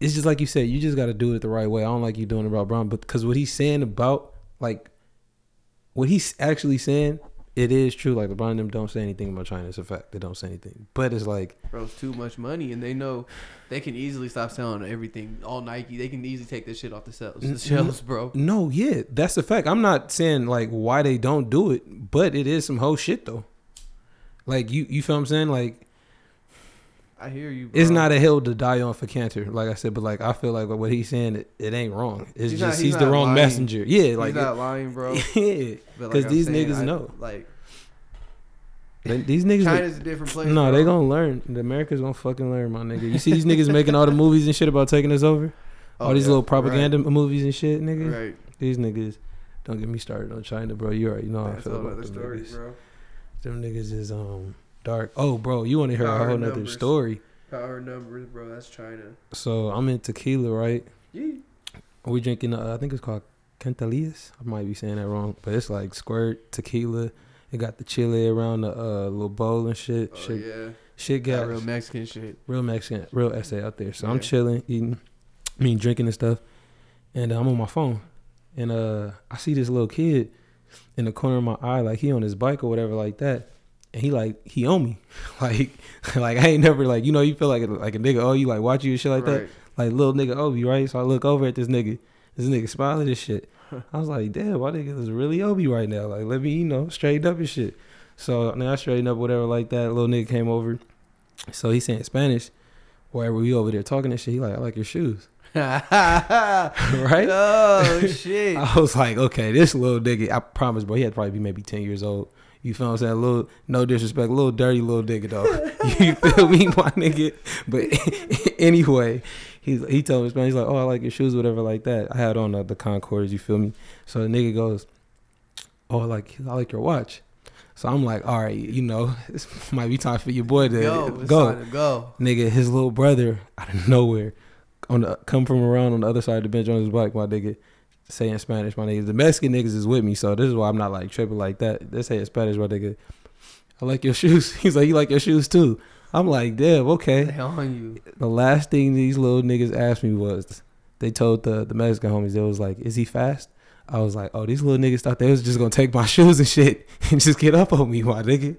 [SPEAKER 1] it's just like you said you just got to do it the right way. I don't like you doing it about Brown, but because what he's saying about like what he's actually saying, it is true. Like LeBron and them don't say anything about China. It's a fact they don't say anything, but it's like
[SPEAKER 2] bro, it's too much money, and they know they can easily stop selling everything. All Nike, they can easily take this shit off the shelves, the
[SPEAKER 1] N-
[SPEAKER 2] shelves, bro.
[SPEAKER 1] no, yeah, that's the fact. I'm not saying like why they don't do it, but it is some whole shit though. Like you, you feel what I'm saying? Like
[SPEAKER 2] I hear you. Bro.
[SPEAKER 1] It's not a hill to die on for Cantor, like I said, but like I feel like what he's saying, it, it ain't wrong. It's
[SPEAKER 2] He's
[SPEAKER 1] just
[SPEAKER 2] not-
[SPEAKER 1] he's,
[SPEAKER 2] he's
[SPEAKER 1] the
[SPEAKER 2] not
[SPEAKER 1] wrong
[SPEAKER 2] lying.
[SPEAKER 1] messenger. Yeah,
[SPEAKER 2] He's
[SPEAKER 1] like
[SPEAKER 2] not lying, bro.
[SPEAKER 1] yeah,
[SPEAKER 2] But
[SPEAKER 1] because
[SPEAKER 2] I'm
[SPEAKER 1] these
[SPEAKER 2] saying,
[SPEAKER 1] niggas
[SPEAKER 2] I-
[SPEAKER 1] know.
[SPEAKER 2] Like
[SPEAKER 1] They- these niggas.
[SPEAKER 2] China's a different place.
[SPEAKER 1] no,
[SPEAKER 2] bro.
[SPEAKER 1] they gonna learn. The America's gonna fucking learn, my nigga. You see these niggas making all the movies and shit about taking us over.
[SPEAKER 2] Oh,
[SPEAKER 1] all these
[SPEAKER 2] yeah,
[SPEAKER 1] little propaganda movies and shit,
[SPEAKER 2] Right,
[SPEAKER 1] nigga.
[SPEAKER 2] right.
[SPEAKER 1] These niggas. Don't get me started on China, bro. You already know how Oh, I
[SPEAKER 2] that's a
[SPEAKER 1] feel
[SPEAKER 2] whole
[SPEAKER 1] about
[SPEAKER 2] other
[SPEAKER 1] them
[SPEAKER 2] story,
[SPEAKER 1] niggas.
[SPEAKER 2] bro.
[SPEAKER 1] Them niggas is um dark. Oh, bro, you want to hear a
[SPEAKER 2] Power
[SPEAKER 1] whole nother
[SPEAKER 2] numbers.
[SPEAKER 1] story?
[SPEAKER 2] Power numbers, bro. That's China.
[SPEAKER 1] So I'm in tequila, right?
[SPEAKER 2] Yeah.
[SPEAKER 1] We drinking. Uh, I think it's called Cantalias. I might be saying that wrong, but it's like squirt tequila. It got the chili around the uh, little bowl and shit.
[SPEAKER 2] Oh
[SPEAKER 1] shit,
[SPEAKER 2] yeah.
[SPEAKER 1] shit
[SPEAKER 2] Got
[SPEAKER 1] got
[SPEAKER 2] real
[SPEAKER 1] real,
[SPEAKER 2] Mexican shit.
[SPEAKER 1] Mexican, real essay out there. So I'm
[SPEAKER 2] Yeah.
[SPEAKER 1] chilling, eating, I mean drinking and stuff, and uh, I'm on my phone, and uh, I see this little kid in the corner of my eye, like he on his bike or whatever like that, and he like he on me, like like I ain't never like you know you feel like a, like a nigga oh you like watch you and shit like that
[SPEAKER 2] right.
[SPEAKER 1] like little nigga Obi, right? So I look over at this nigga. This nigga smiling and shit. I was like, damn, my nigga is really Obi right now. Like, let me, you know, straighten up and shit. So now I straighten up, whatever, like that. Little nigga came over. So he saying Spanish. Wherever we over there talking and shit, he like, I like your shoes. Right?
[SPEAKER 2] Oh shit.
[SPEAKER 1] I was like, okay, this little nigga, I promise, bro, he had to probably be maybe 10 years old. You feel what I'm saying? Little, no disrespect, little dirty little nigga, though. you feel me, my nigga? But anyway, he's, he told me, man, he's like, oh, I like your shoes, whatever, like that. I had on uh, the Concords, you feel me? So the nigga goes, oh, like, I like your watch. So I'm like, all right, you know, this might be time for your boy to
[SPEAKER 2] Yo, it's
[SPEAKER 1] go.
[SPEAKER 2] time to go.
[SPEAKER 1] Nigga, his little brother out of nowhere, on the, come from around on the other side of the bench on his bike, my nigga, saying Spanish, my nigga. The Mexican niggas is with me, so this is why I'm not like tripping like that. They say in Spanish, my nigga. I like your shoes. He's like, you like your shoes too. I'm like, damn, okay.
[SPEAKER 2] They on you.
[SPEAKER 1] The last thing these little niggas asked me was, they told the the Mexican homies, they was like, "Is he fast?" I was like, "Oh, these little niggas thought they was just gonna take my shoes and shit and just get up on me, my nigga."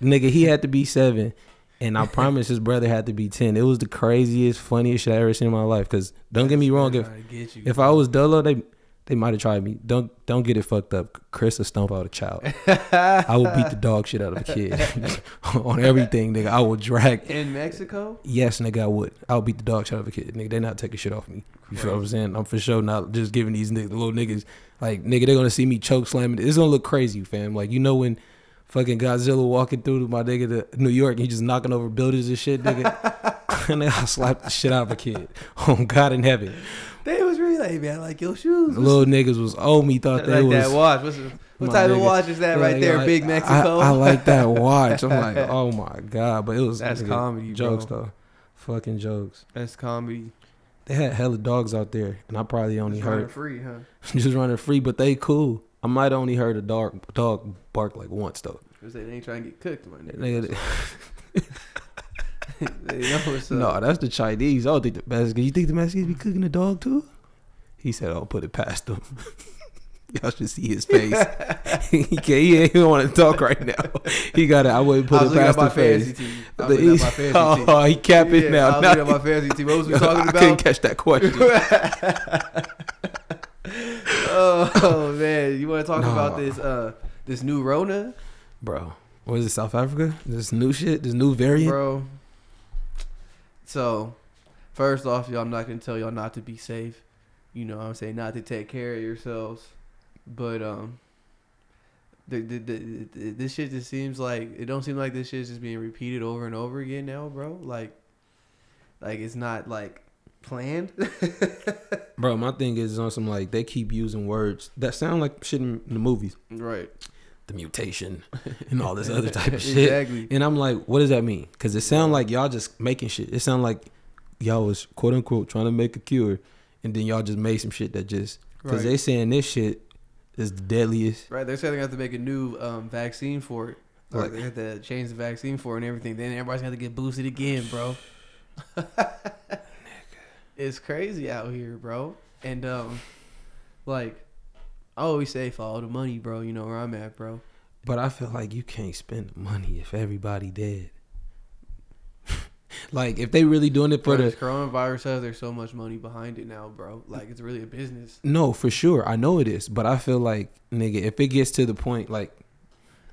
[SPEAKER 1] nigga, he had to be seven, and I promise his brother had to be ten. It was the craziest, funniest shit I ever seen in my life. Cause don't get me wrong,
[SPEAKER 2] They're
[SPEAKER 1] if
[SPEAKER 2] trying to get you.
[SPEAKER 1] if I was Dolo, they they might have tried me. Don't don't get it fucked up. Chris will stomp out a child. I will beat the dog shit out of a kid on everything, nigga. I will drag
[SPEAKER 2] in Mexico,
[SPEAKER 1] Yes, nigga, I would. I'll beat the dog shit out of a kid. Nigga, they not taking shit off me. You feel what I'm saying? I'm for sure not just giving these niggas, little niggas, like, nigga, they're gonna see me choke slamming. It's gonna look crazy, fam. Like, you know when fucking Godzilla walking through to my nigga to New York and he just knocking over buildings and shit, nigga? and I'll slap the shit out of a kid. Oh, God in heaven.
[SPEAKER 2] they was really like, man, I like your shoes.
[SPEAKER 1] The little niggas was owe me, thought
[SPEAKER 2] like
[SPEAKER 1] they was.
[SPEAKER 2] that watch. What's the- what
[SPEAKER 1] My
[SPEAKER 2] type of
[SPEAKER 1] nigga.
[SPEAKER 2] watch is that right
[SPEAKER 1] Like,
[SPEAKER 2] there,
[SPEAKER 1] I-
[SPEAKER 2] Big
[SPEAKER 1] I-
[SPEAKER 2] Mexico?
[SPEAKER 1] I, like that watch. I'm like, oh my God. But it was
[SPEAKER 2] That's
[SPEAKER 1] nigga,
[SPEAKER 2] comedy, bro.
[SPEAKER 1] jokes, though. Fucking jokes.
[SPEAKER 2] That's comedy.
[SPEAKER 1] They had hella dogs out there, and I probably only
[SPEAKER 2] It's running
[SPEAKER 1] heard
[SPEAKER 2] free, huh?
[SPEAKER 1] just running free, but they cool. I might only heard a dog dog bark like once though.
[SPEAKER 2] 'Cause they ain't trying to get cooked, my nigga.
[SPEAKER 1] Nigga,
[SPEAKER 2] they know what's up.
[SPEAKER 1] no, that's the Chinese. I don't think the Mexicans. You think the Mexicans be cooking the dog too? He said, "I'll put it past them." Y'all should see his face. he can't. He ain't want to talk right now. He got it. I wouldn't put it
[SPEAKER 2] I was looking at
[SPEAKER 1] past
[SPEAKER 2] my
[SPEAKER 1] the face.
[SPEAKER 2] fantasy team.
[SPEAKER 1] The
[SPEAKER 2] I was looking at
[SPEAKER 1] East-
[SPEAKER 2] my fantasy team.
[SPEAKER 1] oh, he capping
[SPEAKER 2] Yeah, I
[SPEAKER 1] now.
[SPEAKER 2] was
[SPEAKER 1] Now
[SPEAKER 2] looking at my fantasy team. What was we talking
[SPEAKER 1] I couldn't
[SPEAKER 2] about?
[SPEAKER 1] catch that question.
[SPEAKER 2] oh, oh, man, you want to talk
[SPEAKER 1] No.
[SPEAKER 2] about this uh this new Rona,
[SPEAKER 1] Bro, what is it, South Africa? This new shit, this new variant?
[SPEAKER 2] bro? So, first off, y'all, I'm not gonna tell y'all not to be safe. You know, what I'm saying not to take care of yourselves, but um. The, the, the, the, this shit just seems like it don't seem like this shit is just being repeated over and over again now, bro. Like, like it's not like planned.
[SPEAKER 1] Bro, my thing is on some like they keep using words that sound like shit in the movies.
[SPEAKER 2] right.
[SPEAKER 1] The mutation and all this other type of shit.
[SPEAKER 2] Exactly.
[SPEAKER 1] And I'm like, what does that mean? Because it sound like y'all just making shit. It sound like y'all was quote unquote trying to make a cure, and then y'all just made some shit that just because
[SPEAKER 2] Right.
[SPEAKER 1] they saying this shit is the deadliest.
[SPEAKER 2] Right, they're saying they have to make a new um, vaccine for it. Or
[SPEAKER 1] Like-
[SPEAKER 2] they have to change the vaccine for it and everything. Then everybody's got to get boosted again, bro. it's crazy out here, bro. And um, like, I always say, follow the money, bro. You know where I'm at, bro.
[SPEAKER 1] But I feel like you can't spend the money if everybody dead. like if they really doing it for
[SPEAKER 2] But
[SPEAKER 1] the
[SPEAKER 2] this coronavirus has there's so much money behind it now, bro. Like, it's really a business.
[SPEAKER 1] No, for sure. I know it is, but I feel like nigga, if it gets to the point like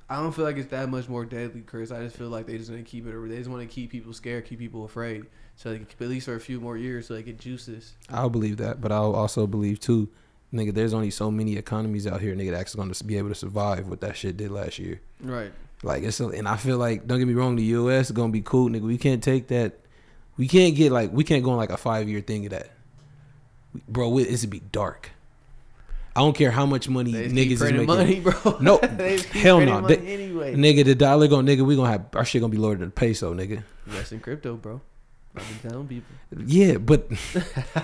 [SPEAKER 2] I don't feel like it's that much more deadly, Chris. I just feel like they just want to keep it. They just want to keep people scared, keep people afraid, so they can, at least for a few more years, so they can juice this.
[SPEAKER 1] I'll believe that, but I'll also believe too, nigga, there's only so many economies out here, nigga, that's gonna be able to survive what that shit did last year.
[SPEAKER 2] Right.
[SPEAKER 1] Like it's a, and I feel like don't get me wrong, the US is gonna be cool, nigga. We can't take that we can't get like we can't go on like a five year thing of that. We- Bro, it, it's be dark. I don't care how much money
[SPEAKER 2] They just
[SPEAKER 1] niggas
[SPEAKER 2] keep
[SPEAKER 1] is
[SPEAKER 2] printing
[SPEAKER 1] making.
[SPEAKER 2] money, bro.
[SPEAKER 1] No,
[SPEAKER 2] They just keep
[SPEAKER 1] hell
[SPEAKER 2] printing
[SPEAKER 1] no.
[SPEAKER 2] money
[SPEAKER 1] They-
[SPEAKER 2] anyway.
[SPEAKER 1] Nigga, the dollar gonna nigga, we gonna have our shit gonna be lower than the peso, nigga.
[SPEAKER 2] Invest in crypto, bro. I've been telling people.
[SPEAKER 1] Yeah, but you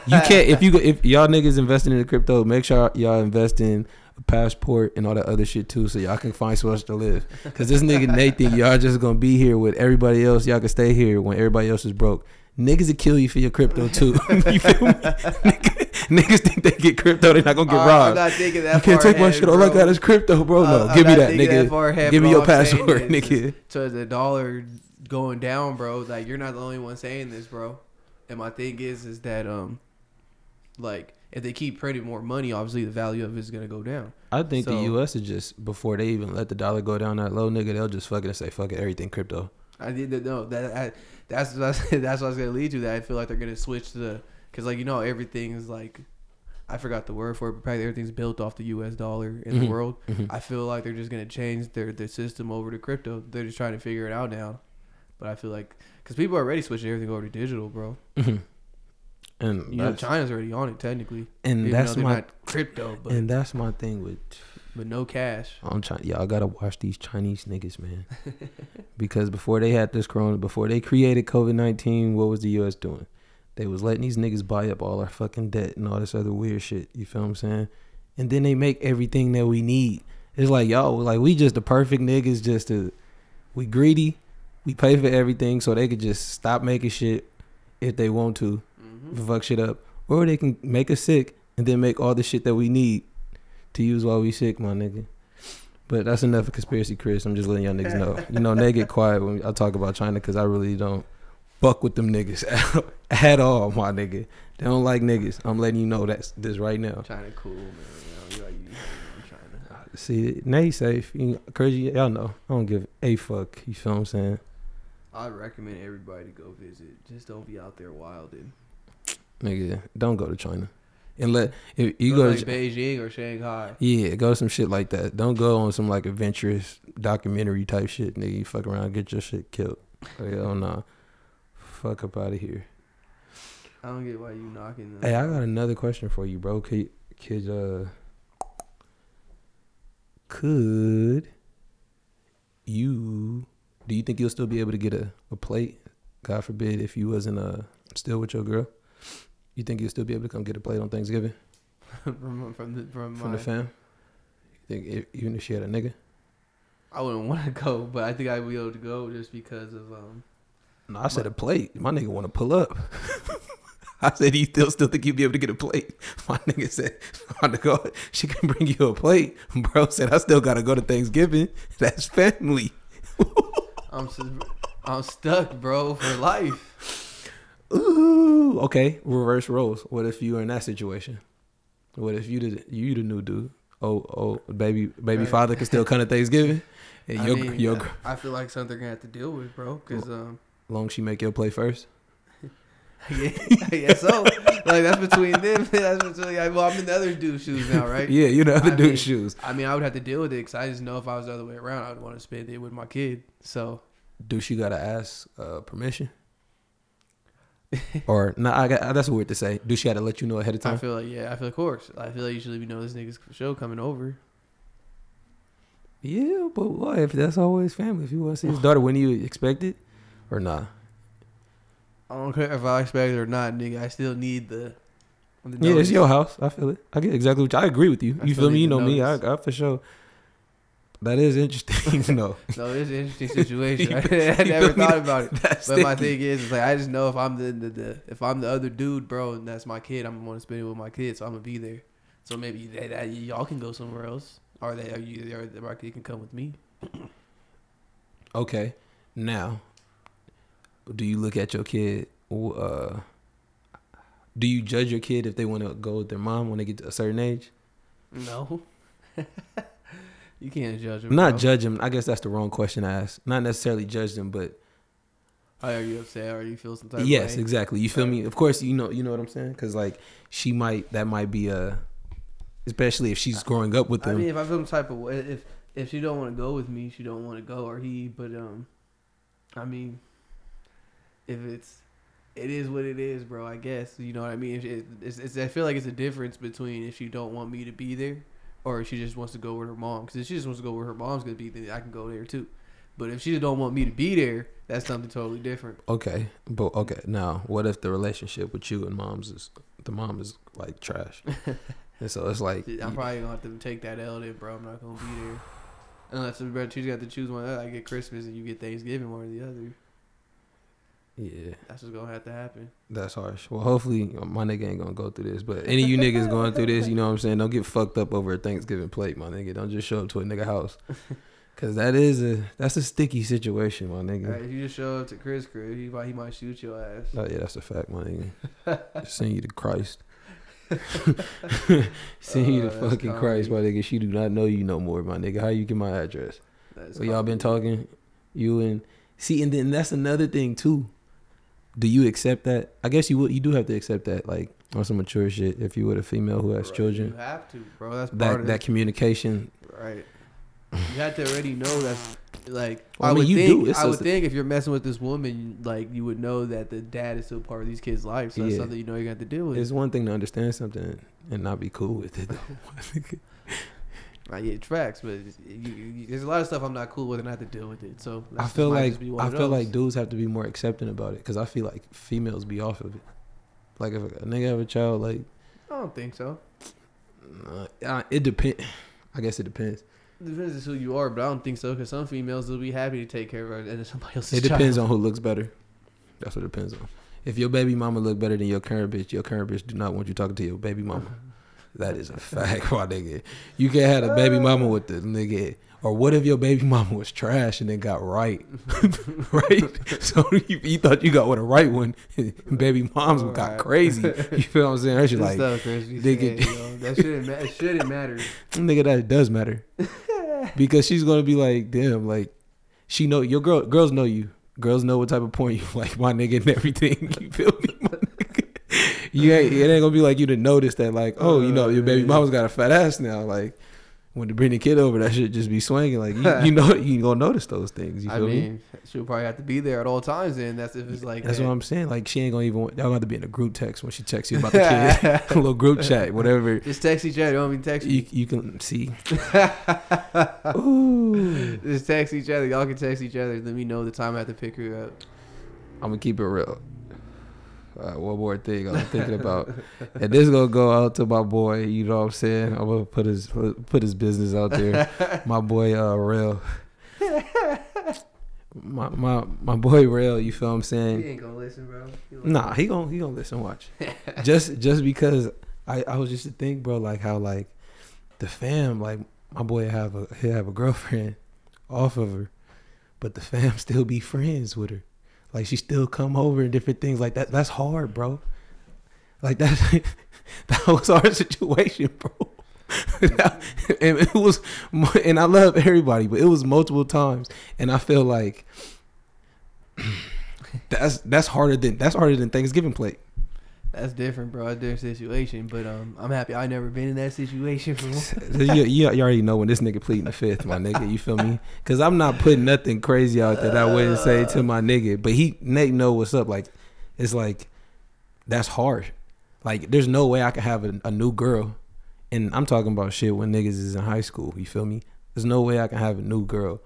[SPEAKER 1] can't if you go if y'all niggas investing in crypto, make sure y'all invest in a passport and all that other shit too, so y'all can find somewhere else to live. Cause this nigga Nathan, y'all just gonna be here with everybody else. Y'all can stay here when everybody else is broke. Niggas will kill you for your crypto too. you feel me? Nigga- niggas think they get crypto, they're not gonna get
[SPEAKER 2] All right, I'm
[SPEAKER 1] robbed.
[SPEAKER 2] not thinking that
[SPEAKER 1] you can't
[SPEAKER 2] far
[SPEAKER 1] take my
[SPEAKER 2] ahead,
[SPEAKER 1] shit. oh, All I
[SPEAKER 2] bro.
[SPEAKER 1] got is crypto, bro. No,
[SPEAKER 2] I'm- I'm
[SPEAKER 1] Oh, give me
[SPEAKER 2] not
[SPEAKER 1] that,
[SPEAKER 2] thinking
[SPEAKER 1] nigga.
[SPEAKER 2] far ahead,
[SPEAKER 1] give me
[SPEAKER 2] bro.
[SPEAKER 1] your
[SPEAKER 2] I'm saying
[SPEAKER 1] password,
[SPEAKER 2] is- is
[SPEAKER 1] nigga.
[SPEAKER 2] To the dollar going down, bro. Like you're not the only one saying this, bro. And my thing is, is that um, like if they keep printing more money, obviously the value of it is gonna go down.
[SPEAKER 1] I think
[SPEAKER 2] So-
[SPEAKER 1] the U.S. is just before they even let the dollar go down that low, nigga. They'll just fucking say fuck it, everything crypto.
[SPEAKER 2] I did that. No, that I, that's what I, said- that's what I was gonna lead to. That I feel like they're gonna switch to the because like you know everything is like I forgot the word for it, but practically everything's built off the U.S. dollar in the
[SPEAKER 1] Mhm,
[SPEAKER 2] world.
[SPEAKER 1] mhm.
[SPEAKER 2] I feel like they're just gonna change their their system over to crypto. They're just trying to figure it out now. But I feel like because people are already switching everything over to digital, bro.
[SPEAKER 1] Mhm. and
[SPEAKER 2] You know,
[SPEAKER 1] that's,
[SPEAKER 2] China's already on it technically.
[SPEAKER 1] and
[SPEAKER 2] even
[SPEAKER 1] that's
[SPEAKER 2] though they're
[SPEAKER 1] my
[SPEAKER 2] not crypto, but
[SPEAKER 1] and that's my thing with
[SPEAKER 2] but no cash.
[SPEAKER 1] I'm trying. Y'all gotta watch these Chinese niggas, man. because before they had this corona, before they created COVID nineteen, what was the U.S. doing? They was letting these niggas buy up all our fucking debt and all this other weird shit. You feel what I'm saying? And then they make everything that we need. It's like y'all, like we just the perfect niggas. Just to, we greedy. We pay for everything, so they could just stop making shit if they want to
[SPEAKER 2] Mm-hmm.
[SPEAKER 1] fuck shit up, or they can make us sick and then make all the shit that we need to use while we sick, my nigga. But that's enough of conspiracy, Chris. I'm just letting y'all niggas know. You know, they get quiet when I talk about China because I really don't fuck with them niggas at all, my nigga. They don't like niggas. I'm letting you know that's this right now.
[SPEAKER 2] China cool, man. You know, you, you, you know, China.
[SPEAKER 1] See, nay safe. You, Chris, y'all know. I don't give a fuck. You feel what I'm saying?
[SPEAKER 2] I recommend everybody to go visit. Just don't be out there wilding.
[SPEAKER 1] Nigga, don't go to China. And let if you go
[SPEAKER 2] like
[SPEAKER 1] to
[SPEAKER 2] Beijing or Shanghai.
[SPEAKER 1] Yeah, go to some shit like that. Don't go on some like adventurous documentary type shit, nigga. You fuck around, get your shit killed. Like, oh nah. Fuck up out of here.
[SPEAKER 2] I don't get why you knocking them.
[SPEAKER 1] Hey, I got another question for you, bro. Could, could uh could you do you think you'll still be able to get a, a plate? God forbid if you wasn't uh still with your girl. You think you'll still be able to come get a plate on Thanksgiving
[SPEAKER 2] from from the from,
[SPEAKER 1] from
[SPEAKER 2] my,
[SPEAKER 1] the fam? You think if, even if she had a nigga?
[SPEAKER 2] I wouldn't want to go, but I think I'd be able to go just because of um.
[SPEAKER 1] No, I said a plate. My nigga want to pull up. I said, you still still think you'd be able to get a plate? My nigga said, on the go, she can bring you a plate. Bro said, I still gotta go to Thanksgiving. That's family.
[SPEAKER 2] I'm su- I'm stuck, bro, for life.
[SPEAKER 1] Ooh, okay. Reverse roles. What if you were in that situation? What if you the you the new dude? Oh, oh, baby, baby
[SPEAKER 2] Right.
[SPEAKER 1] father can still come to Thanksgiving, and
[SPEAKER 2] I
[SPEAKER 1] your
[SPEAKER 2] mean,
[SPEAKER 1] your
[SPEAKER 2] I feel like something I have to deal with, bro. Cause um,
[SPEAKER 1] long she make your plate first.
[SPEAKER 2] I guess, I guess so. like that's between them. That's between. Like, well, I'm in the other dude's shoes now, right?
[SPEAKER 1] Yeah, you the other
[SPEAKER 2] I
[SPEAKER 1] dude's
[SPEAKER 2] mean-
[SPEAKER 1] shoes.
[SPEAKER 2] I mean, I would have to deal with it because I just know if I was the other way around, I would want to spend it with my kid. So
[SPEAKER 1] do she gotta ask uh, permission? or no, I got, that's weird to say. Do she gotta let you know ahead of
[SPEAKER 2] I
[SPEAKER 1] time?
[SPEAKER 2] feel like, yeah, I feel of course. I feel like you should let me know this nigga's show coming over.
[SPEAKER 1] yeah, but what if that's always family? If you want to see his daughter, when do you expect it? Or nah?
[SPEAKER 2] I don't care if I expect it or not, nigga. I still need the. the
[SPEAKER 1] Yeah, it's
[SPEAKER 2] notice.
[SPEAKER 1] your house. I feel it. I get exactly what you, I agree with you.
[SPEAKER 2] I
[SPEAKER 1] you
[SPEAKER 2] still
[SPEAKER 1] feel me?
[SPEAKER 2] need
[SPEAKER 1] You
[SPEAKER 2] the
[SPEAKER 1] know me. I,
[SPEAKER 2] notice.
[SPEAKER 1] I for sure. That is interesting. you know,
[SPEAKER 2] No, it's an interesting situation. I
[SPEAKER 1] You
[SPEAKER 2] never
[SPEAKER 1] feel me?
[SPEAKER 2] thought about it.
[SPEAKER 1] That's
[SPEAKER 2] But my
[SPEAKER 1] sticky.
[SPEAKER 2] thing is, is like I just know if I'm the, the, the if I'm the other dude, bro, and that's my kid, I'm gonna want to spend it with my kid, so I'm gonna be there. So maybe that, that, y'all can go somewhere else, or that or you or my kid can come with me.
[SPEAKER 1] Okay, now, do you look at your kid? Uh, do you judge your kid if they want to go with their mom when they get to a certain age?
[SPEAKER 2] No, you can't judge him.
[SPEAKER 1] Not
[SPEAKER 2] bro.
[SPEAKER 1] judge him. I guess that's the wrong question to ask. Not necessarily judge them, but
[SPEAKER 2] Are you upset or you feel some type of
[SPEAKER 1] yes,
[SPEAKER 2] way?
[SPEAKER 1] exactly. You feel me? Of course, you know. You know what I'm saying? Because like she might. That might be a. Especially if she's growing up with
[SPEAKER 2] I
[SPEAKER 1] them.
[SPEAKER 2] mean, if I feel some type of way, if if she don't want to go with me, she don't want to go, or he. But um, I mean, if it's, it is what it is, bro. I guess you know what I mean. If it, it's, it's, I feel like it's a difference between if she don't want me to be there, or if she just wants to go with her mom. Because if she just wants to go where her mom's gonna be, then I can go there too. But if she just don't want me to be there, that's something totally different.
[SPEAKER 1] okay, but okay. Now, what if the relationship with you and mom's is the mom is like trash, and so it's like
[SPEAKER 2] I'm probably gonna have to take that L then, bro. I'm not gonna be there. Unless bro, she's got to choose one. I get Christmas and you get Thanksgiving, one or the other.
[SPEAKER 1] yeah,
[SPEAKER 2] That's what's gonna have to happen.
[SPEAKER 1] that's harsh. Well, hopefully my nigga ain't gonna go through this. But any of you niggas going through this, you know what I'm saying? Don't get fucked up over a Thanksgiving plate, my nigga. Don't just show up to a nigga house, cause that is a that's a sticky situation, my nigga.
[SPEAKER 2] Like, if you just show up to Chris crib, he might, he might shoot your ass.
[SPEAKER 1] Oh yeah, that's a fact, my nigga. Send you to Christ. Send you to
[SPEAKER 2] Uh, that's
[SPEAKER 1] fucking Christ, my nigga. She do not know you no more, my nigga. How you get my address?
[SPEAKER 2] That's
[SPEAKER 1] So y'all been
[SPEAKER 2] comedy.
[SPEAKER 1] talking, you and see, and then that's another thing too. Do you accept that? I guess you would. You do have to accept that, like on some mature shit. If you with a female who has
[SPEAKER 2] Right. You
[SPEAKER 1] children,
[SPEAKER 2] have to, bro. That's part
[SPEAKER 1] that
[SPEAKER 2] of
[SPEAKER 1] that communication.
[SPEAKER 2] it. right. You have to already know that's like.
[SPEAKER 1] Well, I
[SPEAKER 2] I,
[SPEAKER 1] mean,
[SPEAKER 2] would
[SPEAKER 1] you
[SPEAKER 2] think.
[SPEAKER 1] do. It's
[SPEAKER 2] I
[SPEAKER 1] just
[SPEAKER 2] would
[SPEAKER 1] a-
[SPEAKER 2] think if you're messing with this woman, like you would know that the dad is still part of these kids' lives. So that's
[SPEAKER 1] Yeah.
[SPEAKER 2] something you know you got to deal with.
[SPEAKER 1] It's one thing to understand something and not be cool with it. though.
[SPEAKER 2] I get facts, but you, you, there's a lot of stuff I'm not cool with, and I have to deal with it. So
[SPEAKER 1] I
[SPEAKER 2] that's-
[SPEAKER 1] feel
[SPEAKER 2] might
[SPEAKER 1] like
[SPEAKER 2] just be one
[SPEAKER 1] I
[SPEAKER 2] of
[SPEAKER 1] feel
[SPEAKER 2] those.
[SPEAKER 1] like dudes have to be more accepting about it because I feel like females be off of it. Like if a nigga have a child, like
[SPEAKER 2] I don't think so.
[SPEAKER 1] nah, uh, it depend. I guess it depends.
[SPEAKER 2] Depends on who you are, but I don't think so because some females will be happy to take care of it and somebody else's
[SPEAKER 1] It depends
[SPEAKER 2] child.
[SPEAKER 1] on who looks better. That's what it depends on. If your baby mama look better than your current bitch, your current bitch do not want you talking to your baby mama. That is a fact, my nigga. You can't have a baby mama with the nigga. Or what if your baby mama was trash and then got right, right? So you, you thought you got with a right one, and baby moms got
[SPEAKER 2] Alright.
[SPEAKER 1] crazy. You feel what I'm saying? That shit
[SPEAKER 2] Good
[SPEAKER 1] like,
[SPEAKER 2] stuff, Chris, you
[SPEAKER 1] they
[SPEAKER 2] said,
[SPEAKER 1] get-
[SPEAKER 2] you know, that shouldn't ma- it shouldn't matter.
[SPEAKER 1] nigga, that does matter because she's gonna be like, damn, like she know your girl. Girls know you. Girls know what type of porn you like, my nigga, and everything. You feel me? My nigga? You ain't, it ain't gonna be like you to notice that, like, oh, you know, your
[SPEAKER 2] Uh.
[SPEAKER 1] baby mama's got a fat ass now. Like, when to bring the kid over, that shit just be swinging. Like, you, you know, you gonna notice those things. You
[SPEAKER 2] I
[SPEAKER 1] feel me?
[SPEAKER 2] mean, she'll probably have to be there at all times. Then that's if it's like
[SPEAKER 1] That's
[SPEAKER 2] that.
[SPEAKER 1] what I'm saying. Like, she ain't gonna even. want- Y'all gonna have to be in a group text when she texts you about the kid, a little group chat, whatever.
[SPEAKER 2] Just text each other. Don't even text
[SPEAKER 1] You,
[SPEAKER 2] me.
[SPEAKER 1] you can see. Ooh.
[SPEAKER 2] Just text each other. Y'all can text each other. Let me know the time I have to pick her up.
[SPEAKER 1] I'm gonna keep it real. Uh, one more thing I was thinking about, and this gonna go out to my boy. You know what I'm saying? I'm gonna put his put his business out there. My boy, uh, real. My my my boy, real. You feel what I'm
[SPEAKER 2] He
[SPEAKER 1] saying?
[SPEAKER 2] ain't gonna listen, bro. He like-
[SPEAKER 1] Nah, he gon' he gonna listen. Watch. just just because I I was just to think, bro, like how like the fam, like my boy have a he have a girlfriend off of her, but the fam still be friends with her. Like she still come over and different things like that. That's hard, bro. Like that that was our situation, bro. and it was mu- and I love everybody, but it was multiple times and I feel like that's that's harder than that's harder than Thanksgiving plate.
[SPEAKER 2] That's different, bro. That's a different situation. But um, I'm happy I never been in that situation. For one.
[SPEAKER 1] you, you, you already know when this nigga pleading the fifth, my nigga. You feel me? Because I'm not putting nothing crazy out that I wouldn't say to my nigga. But he, Nate, know what's up. Like, it's like that's hard. Like, there's no way I could have a, a new girl, and I'm talking about shit when niggas is in high school. You feel me? There's no way I can have a new girl,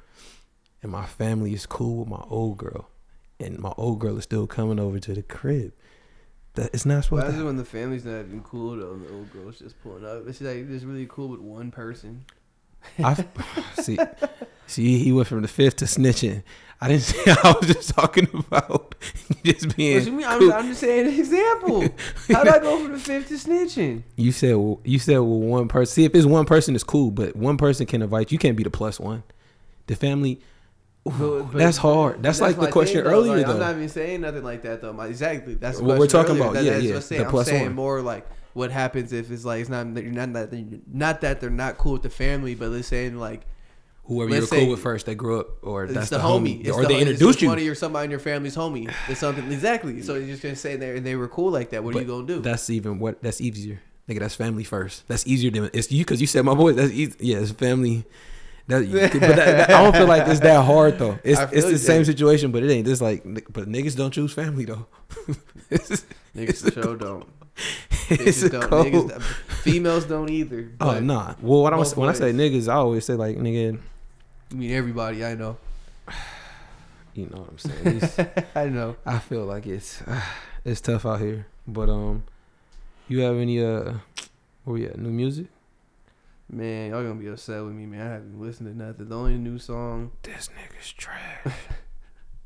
[SPEAKER 1] and my family is cool with my old girl, and my old girl is still coming over to the crib. That it's not supposed
[SPEAKER 2] Why
[SPEAKER 1] to.
[SPEAKER 2] is it when the family's not even cool though? and The old girl's just pulling up. It's like just really cool with one person.
[SPEAKER 1] I see. See, he went from the fifth to snitching. I didn't say I was just talking about just
[SPEAKER 2] What
[SPEAKER 1] being.
[SPEAKER 2] you mean?
[SPEAKER 1] cool.
[SPEAKER 2] I'm, I'm just saying an example. How would I go from the fifth to snitching?
[SPEAKER 1] You said well, you said well one person. See, if it's one person, it's cool. But one person can invite you. You can't be the plus one. The family. Ooh,
[SPEAKER 2] But- but-
[SPEAKER 1] that's hard. That's, like
[SPEAKER 2] my
[SPEAKER 1] the question
[SPEAKER 2] thing, though.
[SPEAKER 1] earlier
[SPEAKER 2] Like,
[SPEAKER 1] though.
[SPEAKER 2] I'm not even saying nothing like that though. My, exactly. That's the
[SPEAKER 1] What we're
[SPEAKER 2] question
[SPEAKER 1] talking
[SPEAKER 2] earlier.
[SPEAKER 1] about.
[SPEAKER 2] That-
[SPEAKER 1] Yeah,
[SPEAKER 2] that's
[SPEAKER 1] yeah,
[SPEAKER 2] What I'm saying.
[SPEAKER 1] the
[SPEAKER 2] I'm
[SPEAKER 1] plus
[SPEAKER 2] saying
[SPEAKER 1] one.
[SPEAKER 2] more like what happens if it's like it's not that you're not that they're- not that they're not cool with the family, but they're saying like
[SPEAKER 1] Whoever
[SPEAKER 2] let's
[SPEAKER 1] you're cool
[SPEAKER 2] say-
[SPEAKER 1] with first, they grew up, or
[SPEAKER 2] it's
[SPEAKER 1] that's
[SPEAKER 2] the,
[SPEAKER 1] the,
[SPEAKER 2] homie, It's
[SPEAKER 1] or
[SPEAKER 2] the,
[SPEAKER 1] they
[SPEAKER 2] it's
[SPEAKER 1] introduced you.
[SPEAKER 2] Somebody or somebody in your family's homie. It's something exactly. So you're just gonna say there and they were cool like that. What are you
[SPEAKER 1] But
[SPEAKER 2] gonna do?
[SPEAKER 1] That's even what. That's easier, nigga. That's family first. That's easier than it's you because you said my boy. That's easy. Yeah, it's family. That, but that, that- I don't feel like it's that hard though. It's
[SPEAKER 2] I feel
[SPEAKER 1] it's the
[SPEAKER 2] you,
[SPEAKER 1] same
[SPEAKER 2] Jay.
[SPEAKER 1] situation, but it ain't. This like, ni- but niggas don't choose family though. it's it's,
[SPEAKER 2] Niggas
[SPEAKER 1] a
[SPEAKER 2] for sure don't.
[SPEAKER 1] it's
[SPEAKER 2] Niggas
[SPEAKER 1] a
[SPEAKER 2] don't.
[SPEAKER 1] cold.
[SPEAKER 2] Niggas, don't- females don't either.
[SPEAKER 1] oh
[SPEAKER 2] but-
[SPEAKER 1] nah. Well, what I was,
[SPEAKER 2] both
[SPEAKER 1] when I say
[SPEAKER 2] ways.
[SPEAKER 1] niggas, I always say like nigga.
[SPEAKER 2] I mean everybody. I know.
[SPEAKER 1] You know what I'm saying? It's-
[SPEAKER 2] I know.
[SPEAKER 1] I feel like it's it's tough out here, but um, you have any uh, where we at? New music?
[SPEAKER 2] Man, y'all gonna be upset with me, man. I haven't listened to nothing. The only new song,
[SPEAKER 1] This nigga's trash.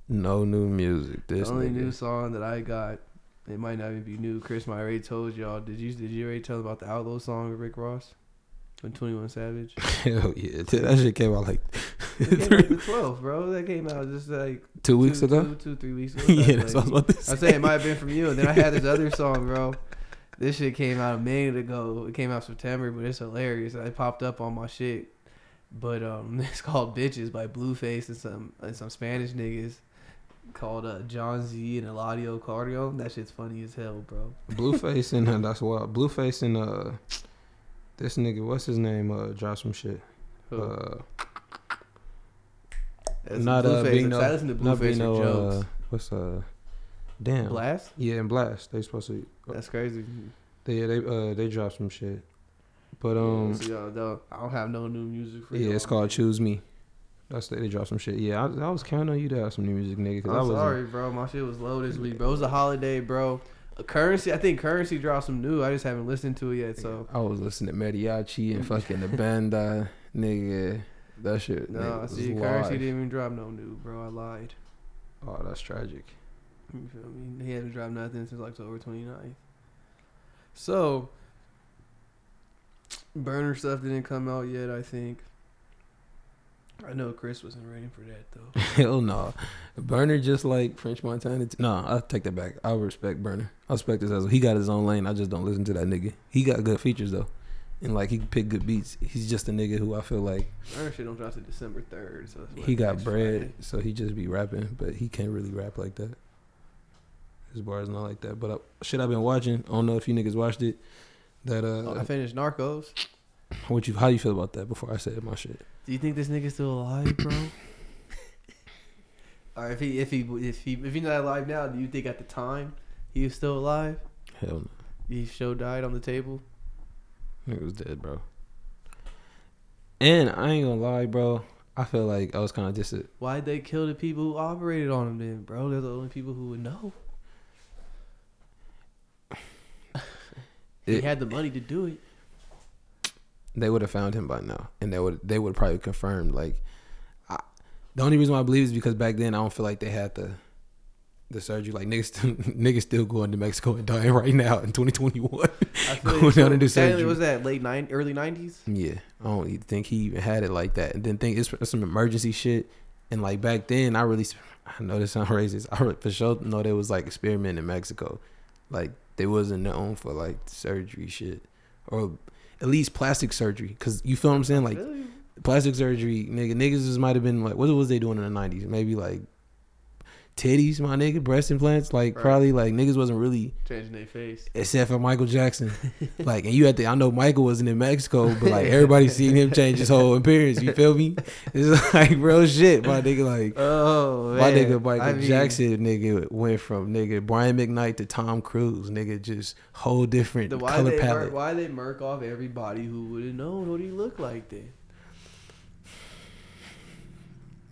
[SPEAKER 1] no new music. This
[SPEAKER 2] the only
[SPEAKER 1] nigga.
[SPEAKER 2] new song that I got, it might not even be new. Chris, I already told y'all. Did you did you already tell them about the Outlaw song with Rick Ross, and Twenty One Savage?
[SPEAKER 1] Hell yeah, dude, that shit came out like
[SPEAKER 2] It came out the 12th, bro. That came out just like
[SPEAKER 1] two weeks
[SPEAKER 2] two-
[SPEAKER 1] ago.
[SPEAKER 2] two- two, three weeks ago.
[SPEAKER 1] yeah, that's what I
[SPEAKER 2] like,
[SPEAKER 1] was about to say.
[SPEAKER 2] I'm saying it might have been from you. And then I had this other song, bro. This shit came out a minute ago. It came out September, but it's hilarious. It popped up on my shit. But um, it's called "Bitches" by Blueface and some and some Spanish niggas called uh, John Z and Eladio Cardio. That shit's funny as hell, bro.
[SPEAKER 1] Blueface and uh, that's wild. Blueface and uh, this nigga, what's his name? Uh, drop some shit.
[SPEAKER 2] Huh.
[SPEAKER 1] Uh,
[SPEAKER 2] That's
[SPEAKER 1] not, uh,
[SPEAKER 2] Blueface.
[SPEAKER 1] Bino-
[SPEAKER 2] I listen to
[SPEAKER 1] not
[SPEAKER 2] Blueface
[SPEAKER 1] being
[SPEAKER 2] for
[SPEAKER 1] no. Uh,
[SPEAKER 2] jokes.
[SPEAKER 1] what's uh, damn.
[SPEAKER 2] Blast?
[SPEAKER 1] Yeah, and blast. They supposed to.
[SPEAKER 2] That's crazy.
[SPEAKER 1] They yeah, they uh they dropped some shit. But um,
[SPEAKER 2] so y'all don't, I don't have no new music for
[SPEAKER 1] yeah,
[SPEAKER 2] y'all.
[SPEAKER 1] it's called Choose Me. That's the, they dropped some shit. Yeah, I, I was counting on you to have some new music, nigga. Cause I
[SPEAKER 2] I'm
[SPEAKER 1] was
[SPEAKER 2] sorry, bro. My shit was low this week, bro. It was a holiday, bro. A currency, I think currency dropped some new. I just haven't listened to it yet. So
[SPEAKER 1] I was listening to Mariachi and fucking the Bandai, nigga. That shit.
[SPEAKER 2] no,
[SPEAKER 1] nigga,
[SPEAKER 2] I
[SPEAKER 1] was
[SPEAKER 2] see currency
[SPEAKER 1] live.
[SPEAKER 2] didn't even drop no new, bro. I lied.
[SPEAKER 1] Oh, that's tragic.
[SPEAKER 2] You feel me? He hasn't dropped nothing since October 29th. So, burner stuff didn't come out yet. I think. I know Chris wasn't ready for that though.
[SPEAKER 1] Hell no, Burner just like French Montana. T- no, I take that back. I respect Burner. I respect his hustle. He got his own lane. I just don't listen to that nigga. He got good features though, and like he can pick good beats. He's just a nigga who I feel like
[SPEAKER 2] burner shit don't drop till December 3rd. So that's what,
[SPEAKER 1] he got
[SPEAKER 2] next
[SPEAKER 1] bread,
[SPEAKER 2] Friday.
[SPEAKER 1] so he just be rapping, but he can't really rap like that. His bars not like that. But I, shit, I've been watching. I don't know if you niggas watched it. That
[SPEAKER 2] Oh, I
[SPEAKER 1] uh,
[SPEAKER 2] finished Narcos.
[SPEAKER 1] what you how you feel about that? Before I said my shit.
[SPEAKER 2] Do you think this nigga's still alive, bro? or if he if he if he if he's not alive now, do you think at the time he was still alive?
[SPEAKER 1] Hell no.
[SPEAKER 2] He show died on the table.
[SPEAKER 1] Nigga was dead, bro. And I ain't gonna lie, bro. I feel like I was kind of just a,
[SPEAKER 2] Why'd they kill the people who operated on him then, bro? They're the only people who would know. he
[SPEAKER 1] It-
[SPEAKER 2] had the money to do it.
[SPEAKER 1] they would have found him by now, and they would they would probably confirmed. Like, I, the only reason why I believe is because back then I don't feel like they had the the surgery. Like niggas, still- niggas still going to Mexico and dying right now in 2021.
[SPEAKER 2] I
[SPEAKER 1] Going down and do
[SPEAKER 2] Sadly,
[SPEAKER 1] surgery.
[SPEAKER 2] Was that late nine, early nineties?
[SPEAKER 1] Yeah, I don't even think he even had it like that. And then think it's, it's some emergency shit. And like back then, I really, I know this sound racist. I re- for sure know they was like experimenting in Mexico, like they wasn't known for like surgery shit, or at least plastic surgery. Cause you feel what I'm saying? Like
[SPEAKER 2] really?
[SPEAKER 1] plastic surgery, nigga, niggas just might have been like, what was they doing in the nineties? Maybe like titties, my nigga, breast implants. Like
[SPEAKER 2] Right.
[SPEAKER 1] probably like niggas wasn't really
[SPEAKER 2] Changing their face.
[SPEAKER 1] except for Michael Jackson. like, and you had to, I know Michael wasn't in Mexico, but like everybody seen him change his whole appearance. You feel me? It's like real shit, my nigga. Like,
[SPEAKER 2] Oh man,
[SPEAKER 1] my nigga Michael
[SPEAKER 2] I mean,
[SPEAKER 1] Jackson, nigga, went from nigga Brian McKnight to Tom Cruise, nigga, just whole different
[SPEAKER 2] The why
[SPEAKER 1] color
[SPEAKER 2] they
[SPEAKER 1] palette.
[SPEAKER 2] mur- why they murk off everybody who would have known what he looked like then.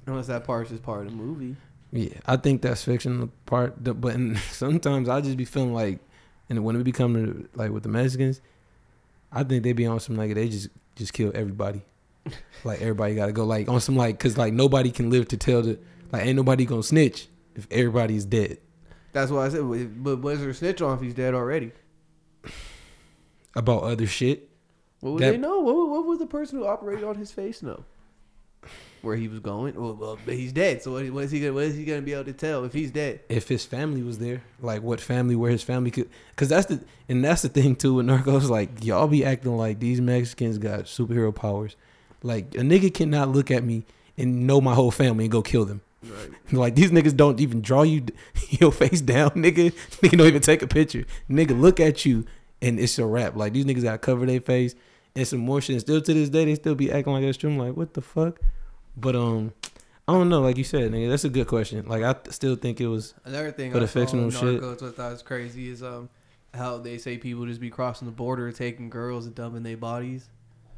[SPEAKER 2] Unless that part's just part of the movie.
[SPEAKER 1] Yeah, I think that's fiction part, the- but and sometimes I just be feeling like, and when it be coming to, like with the Mexicans, I think they be on some like they just just kill everybody, like everybody got to go like on some like because like nobody can live to tell the like ain't nobody gonna snitch if everybody's dead.
[SPEAKER 2] That's why I said. w- But was there a snitch on if he's dead already?
[SPEAKER 1] About other shit,
[SPEAKER 2] What would
[SPEAKER 1] That-
[SPEAKER 2] they know? What, would- what would the person who operated on his face know? Where he was going? Well, well but he's dead. So what, what is he? Gonna, what is he going to be able to tell if he's dead?
[SPEAKER 1] if his family was there, like what family, where his family could, because that's the and that's the thing too with narcos. Like y'all be acting like these Mexicans got superhero powers. Like a nigga cannot look at me and know my whole family and go kill them.
[SPEAKER 2] Right.
[SPEAKER 1] Like these niggas don't even draw you your face down, nigga. Nigga don't even take a picture. Nigga look at you and it's a wrap. Like these niggas gotta cover their face and some more shit. And still to this day they still be acting like that's true. I'm like, what the fuck? But um I don't know, like you said, nigga, that's a good question. Like I th- still think it was
[SPEAKER 2] Another thing
[SPEAKER 1] But
[SPEAKER 2] I
[SPEAKER 1] the
[SPEAKER 2] saw in
[SPEAKER 1] fictional shit-
[SPEAKER 2] Narcos, what I thought was crazy is um how they say people just be crossing the border, taking girls and dumping their bodies.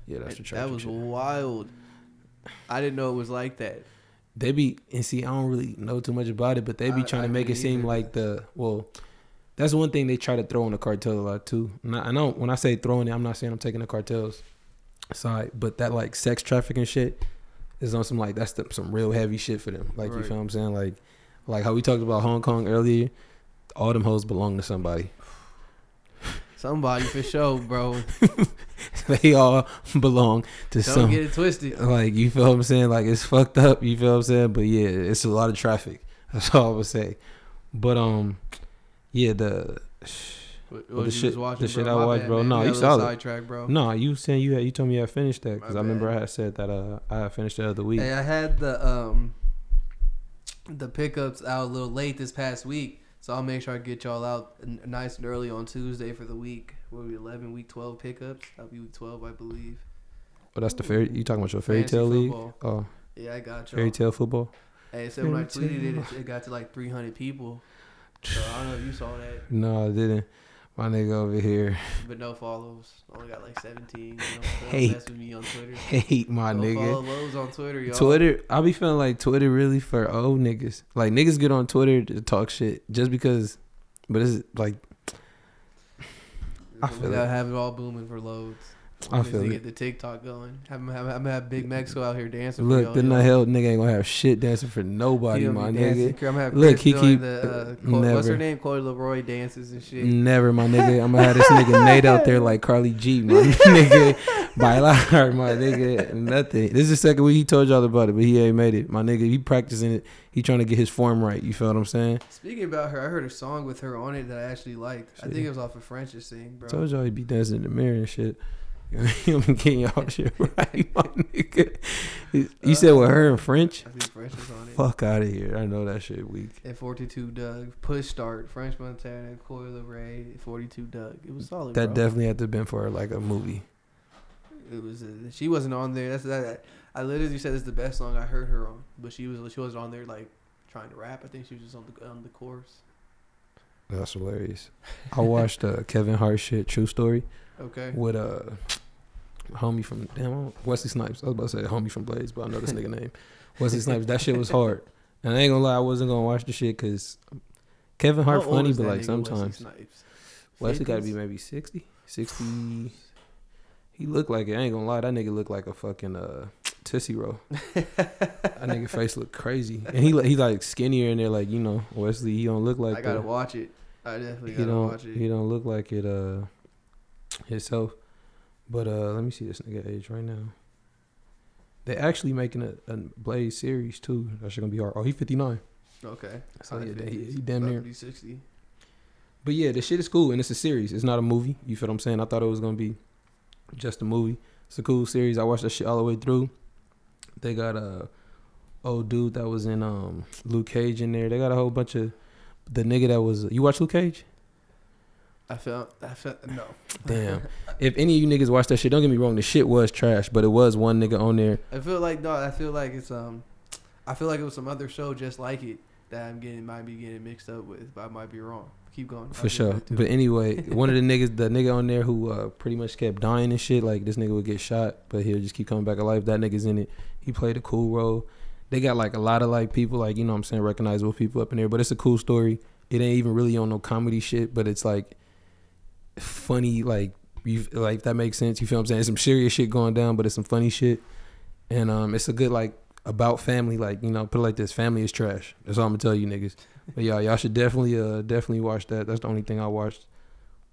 [SPEAKER 1] Yeah, that's the
[SPEAKER 2] That- that
[SPEAKER 1] tragic
[SPEAKER 2] was
[SPEAKER 1] shit.
[SPEAKER 2] wild. I didn't know it was like that.
[SPEAKER 1] they be and see I don't really know too much about it, but they be
[SPEAKER 2] I-
[SPEAKER 1] trying
[SPEAKER 2] I
[SPEAKER 1] to make it
[SPEAKER 2] didn't
[SPEAKER 1] seem
[SPEAKER 2] either.
[SPEAKER 1] like the well. That's one thing they try to throw on the cartel a lot too. And I, I know when I say throwing it, I'm not saying I'm taking the cartels side, but that like sex trafficking shit is on some like that's the, some real heavy shit for them. Like you
[SPEAKER 2] Right.
[SPEAKER 1] feel what I'm saying? Like like how we talked about Hong Kong earlier. All them hoes belong to somebody.
[SPEAKER 2] Somebody for sure, bro. Don't
[SPEAKER 1] they all belong to some. Uh,
[SPEAKER 2] get it twisted.
[SPEAKER 1] Like you feel what I'm saying? Like it's fucked up. You feel what I'm saying? But yeah, it's a lot of traffic. That's all I would say. But um, yeah, the
[SPEAKER 2] What,
[SPEAKER 1] the
[SPEAKER 2] you was
[SPEAKER 1] shit-
[SPEAKER 2] watching,
[SPEAKER 1] the shit
[SPEAKER 2] bro?
[SPEAKER 1] I
[SPEAKER 2] My
[SPEAKER 1] watched,
[SPEAKER 2] bad,
[SPEAKER 1] bro.
[SPEAKER 2] man.
[SPEAKER 1] No,
[SPEAKER 2] We
[SPEAKER 1] you
[SPEAKER 2] got a little
[SPEAKER 1] solid.
[SPEAKER 2] Sidetrack, bro.
[SPEAKER 1] no, you saying you had you told me I finished that because
[SPEAKER 2] My
[SPEAKER 1] I remember
[SPEAKER 2] bad.
[SPEAKER 1] I had said that uh I had finished that other week.
[SPEAKER 2] Hey, I had the um the pickups out a little late this past week, so I'll make sure I get y'all out n- nice and early on Tuesday for the week. What we eleven week twelve pickups? That'll be week twelve, I believe.
[SPEAKER 1] Oh, that's the fairy. You talking about your fairy
[SPEAKER 2] Fantasy
[SPEAKER 1] tale league?
[SPEAKER 2] football.
[SPEAKER 1] Oh,
[SPEAKER 2] Yeah, I got y'all.
[SPEAKER 1] fairy tale football.
[SPEAKER 2] Hey, so when I
[SPEAKER 1] Fairy
[SPEAKER 2] tweeted it, it, it got to like three hundred people. So I don't know if you saw that.
[SPEAKER 1] No, I didn't. My nigga over here
[SPEAKER 2] But no follows. Only got like 17. You know,
[SPEAKER 1] Hate.
[SPEAKER 2] Don't mess with me on Twitter.
[SPEAKER 1] hate my
[SPEAKER 2] Don't
[SPEAKER 1] nigga.
[SPEAKER 2] follow Lowe's on Twitter, y'all.
[SPEAKER 1] Twitter, I be feeling like Twitter really for old niggas. Like niggas get on Twitter to talk shit just because, but it's like I feel
[SPEAKER 2] we
[SPEAKER 1] it.
[SPEAKER 2] gotta have it all booming for Lowe's.
[SPEAKER 1] I
[SPEAKER 2] As soon as
[SPEAKER 1] feel
[SPEAKER 2] they
[SPEAKER 1] it.
[SPEAKER 2] Get the TikTok going. Have, 'em- have, 'em- have, 'em have Big Mexico out here dancing. for
[SPEAKER 1] Look,
[SPEAKER 2] y'all,
[SPEAKER 1] the
[SPEAKER 2] y'all.
[SPEAKER 1] nut hell nigga ain't gonna have shit dancing for nobody,
[SPEAKER 2] He'll be
[SPEAKER 1] my
[SPEAKER 2] dancing.
[SPEAKER 1] nigga.
[SPEAKER 2] I'm gonna have
[SPEAKER 1] Look,
[SPEAKER 2] Look,
[SPEAKER 1] he
[SPEAKER 2] he
[SPEAKER 1] keep-
[SPEAKER 2] the, uh, Chloe, what's
[SPEAKER 1] never. Mm.
[SPEAKER 2] her name? Chloe Leroy dances and shit.
[SPEAKER 1] Never, my nigga. I'm gonna have this nigga Nate out there like Carly G, my nigga. Bailar, my nigga. Nothing. This is the second week he told y'all about it, but he ain't made it. My nigga, he practicing it. He trying to get his form right. You feel what I'm saying?
[SPEAKER 2] Speaking about her, I heard a song with her on it that I actually liked. I
[SPEAKER 1] Shit.
[SPEAKER 2] think it was off of French's sing, bro.
[SPEAKER 1] Told y'all he'd be dancing in the mirror and shit. I'm getting y'all shit right, my nigga. You said with her in French?
[SPEAKER 2] Uh, I think French was on it.
[SPEAKER 1] Fuck out of here. I know that shit weak.
[SPEAKER 2] At 42 Doug, Push Start, French Montana, Coy Ray, 42 Doug. It was solid.
[SPEAKER 1] That
[SPEAKER 2] bro.
[SPEAKER 1] definitely had to have been for like a movie.
[SPEAKER 2] It was. uh she wasn't on there. That's that. I literally said it's the best song I heard her on, but she was she wasn't on there like trying to rap. I think she was just on the on the chorus.
[SPEAKER 1] That's hilarious. I watched uh, Kevin Hart shit, True Story,
[SPEAKER 2] Okay.
[SPEAKER 1] with uh, a homie from damn I don't- Wesley Snipes. I was about to say homie from Blades, but I know this nigga name. Wesley Snipes. That shit was hard, and I ain't gonna lie, I wasn't gonna watch the shit because Kevin Hart
[SPEAKER 2] How old
[SPEAKER 1] funny,
[SPEAKER 2] is
[SPEAKER 1] but
[SPEAKER 2] that
[SPEAKER 1] like
[SPEAKER 2] nigga, Wesley
[SPEAKER 1] sometimes
[SPEAKER 2] Snipes?
[SPEAKER 1] Wesley got to be
[SPEAKER 2] 50s?
[SPEAKER 1] maybe 60, 60. He looked like it. I ain't gonna lie, that nigga looked like a fucking uh, tootsie roll. that nigga face looked crazy, and he li- he like skinnier, and they're like you know Wesley, he don't look like.
[SPEAKER 2] I gotta
[SPEAKER 1] the-
[SPEAKER 2] watch it. I definitely
[SPEAKER 1] he
[SPEAKER 2] gotta
[SPEAKER 1] don't
[SPEAKER 2] watch it.
[SPEAKER 1] he don't look like it uh himself. But uh let me see this nigga age right now. They actually making a, a Blaze series too. That shit gonna be hard. Oh, he fifty nine.
[SPEAKER 2] okay.
[SPEAKER 1] So yeah,
[SPEAKER 2] Probably
[SPEAKER 1] he,
[SPEAKER 2] 50s,
[SPEAKER 1] he damn
[SPEAKER 2] about
[SPEAKER 1] near.
[SPEAKER 2] to be 60.
[SPEAKER 1] But yeah, this shit is cool and it's a series. It's not a movie. You feel what I'm saying? I thought it was gonna be just a movie. It's a cool series. I watched that shit all the way through. They got a old dude that was in um Luke Cage in there. They got a whole bunch of the nigga that was you watch Luke Cage?
[SPEAKER 2] I felt. I felt no.
[SPEAKER 1] Damn. If any of you niggas watch that shit, don't get me wrong, the shit was trash, but it was one nigga on there.
[SPEAKER 2] I feel like no. I feel like it's um. I feel like it was some other show just like it that I'm getting might be getting mixed up with, but I might be wrong. Keep going. I'll
[SPEAKER 1] For
[SPEAKER 2] get
[SPEAKER 1] sure.
[SPEAKER 2] back to
[SPEAKER 1] But
[SPEAKER 2] it.
[SPEAKER 1] anyway, one of the niggas, the nigga on there who uh, pretty much kept dying and shit, like this nigga would get shot, but he'll just keep coming back alive. That nigga's in it. He played a cool role. They got like a lot of like people, like, you know what I'm saying, recognizable people up in there, but it's a cool story. It ain't even really on no comedy shit, but it's like funny, like, you like if that makes sense. You feel what I'm saying? It's some serious shit going down, but it's some funny shit. And um, it's a good, like, about family, like, you know, put it like this family is trash. That's all I'm gonna tell you niggas. But yeah, y'all should definitely uh definitely watch that. That's the only thing I watched.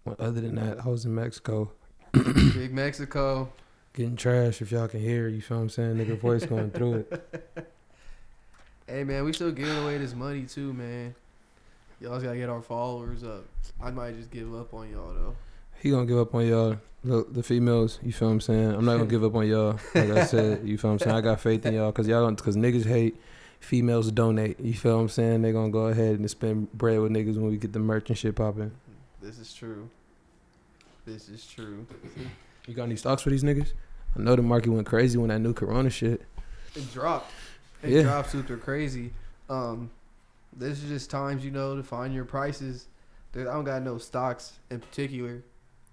[SPEAKER 1] Well, other than that, I was in Mexico
[SPEAKER 2] Big Mexico.
[SPEAKER 1] getting trash. If y'all can hear, you feel what I'm saying? Nigga voice going through it.
[SPEAKER 2] Hey man, we still giving away this money too, man. Y'all gotta get our followers up. I might just give up on y'all though.
[SPEAKER 1] He gonna give up on y'all. Look, the females, you feel what I'm saying? I'm not gonna give up on y'all. Like I said, you feel what I'm saying? I got faith in y'all because y'all don't, because niggas hate, females donate. You feel what I'm saying? They gonna go ahead and spend bread with niggas when we get the merch and shit popping.
[SPEAKER 2] This is true. This is true.
[SPEAKER 1] You got any stocks for these niggas? I know the market went crazy when that new Corona shit.
[SPEAKER 2] It dropped. It
[SPEAKER 1] Yeah.
[SPEAKER 2] dropped super crazy. Um, this is just times you know to find your prices. There, I don't got no stocks in particular.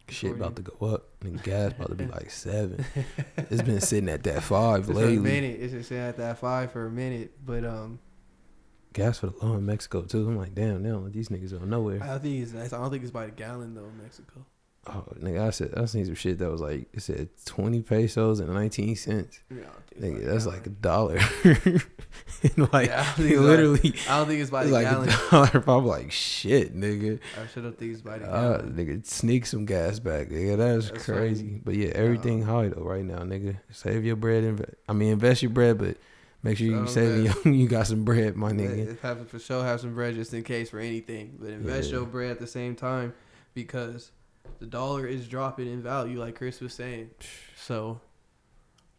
[SPEAKER 1] Shit
[SPEAKER 2] Before
[SPEAKER 1] about to go up. And gas about to be like seven. It's been sitting at that five
[SPEAKER 2] For a
[SPEAKER 1] lately.
[SPEAKER 2] minute, it's just at that five for a minute, but um,
[SPEAKER 1] Gas for the low in Mexico too. I'm like, damn, now these niggas don't nowhere.
[SPEAKER 2] I don't think it's. I don't think it's by the gallon though, in Mexico.
[SPEAKER 1] Oh, nigga, I said I seen some shit that was like it said twenty pesos and nineteen cents.
[SPEAKER 2] Yeah, I don't think it's by
[SPEAKER 1] Nigga, that's
[SPEAKER 2] the gallon.
[SPEAKER 1] like a dollar. and like
[SPEAKER 2] Oh Yeah, I think it's
[SPEAKER 1] literally
[SPEAKER 2] I don't think it's by
[SPEAKER 1] it's
[SPEAKER 2] the
[SPEAKER 1] like
[SPEAKER 2] gallon.
[SPEAKER 1] a dollar. I'm like, shit, nigga.
[SPEAKER 2] I should have think it's by the
[SPEAKER 1] Uh,
[SPEAKER 2] gallon.
[SPEAKER 1] nigga, sneak some gas back, nigga. That's,
[SPEAKER 2] That's
[SPEAKER 1] crazy.
[SPEAKER 2] funny.
[SPEAKER 1] But yeah, everything high though right now, nigga. Save your bread. Inve- I mean, invest your bread, but make sure you
[SPEAKER 2] Um,
[SPEAKER 1] saving your, you got some bread, my nigga.
[SPEAKER 2] If having for sure have some bread just in case for anything, but invest
[SPEAKER 1] Yeah.
[SPEAKER 2] your bread at the same time because the dollar is dropping in value, like Chris was saying. So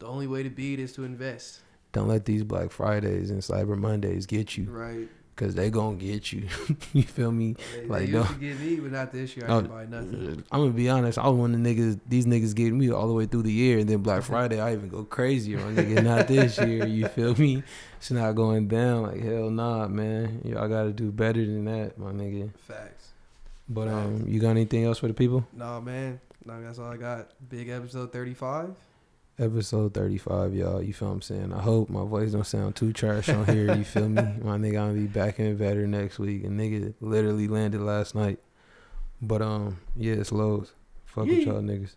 [SPEAKER 2] the only way to beat is to invest,
[SPEAKER 1] Don't let these Black Fridays and Cyber Mondays get you,
[SPEAKER 2] right?
[SPEAKER 1] cause they gonna get you. you feel me?
[SPEAKER 2] They, they
[SPEAKER 1] Like,
[SPEAKER 2] used to get me, but not this year. I
[SPEAKER 1] Oh,
[SPEAKER 2] can buy nothing.
[SPEAKER 1] I'm gonna be honest. I was one of the niggas. These niggas get me all the way through the year, and then Black Friday, I even go crazier on nigga. Not this year. You feel me? It's not going down. Like hell, nah, man. Y'all gotta do better than that, my nigga.
[SPEAKER 2] Facts.
[SPEAKER 1] But um, you got anything else for the people?
[SPEAKER 2] Nah, man. Nah, that's all I got. Big episode 35.
[SPEAKER 1] Episode thirty five, y'all. You feel what I'm saying? I hope my voice don't sound too trash on here. You feel me? My nigga, I'm gonna be back in better next week. And nigga literally landed last night. But um, yeah, it's lows. Fuck with
[SPEAKER 2] Yeah.
[SPEAKER 1] y'all niggas.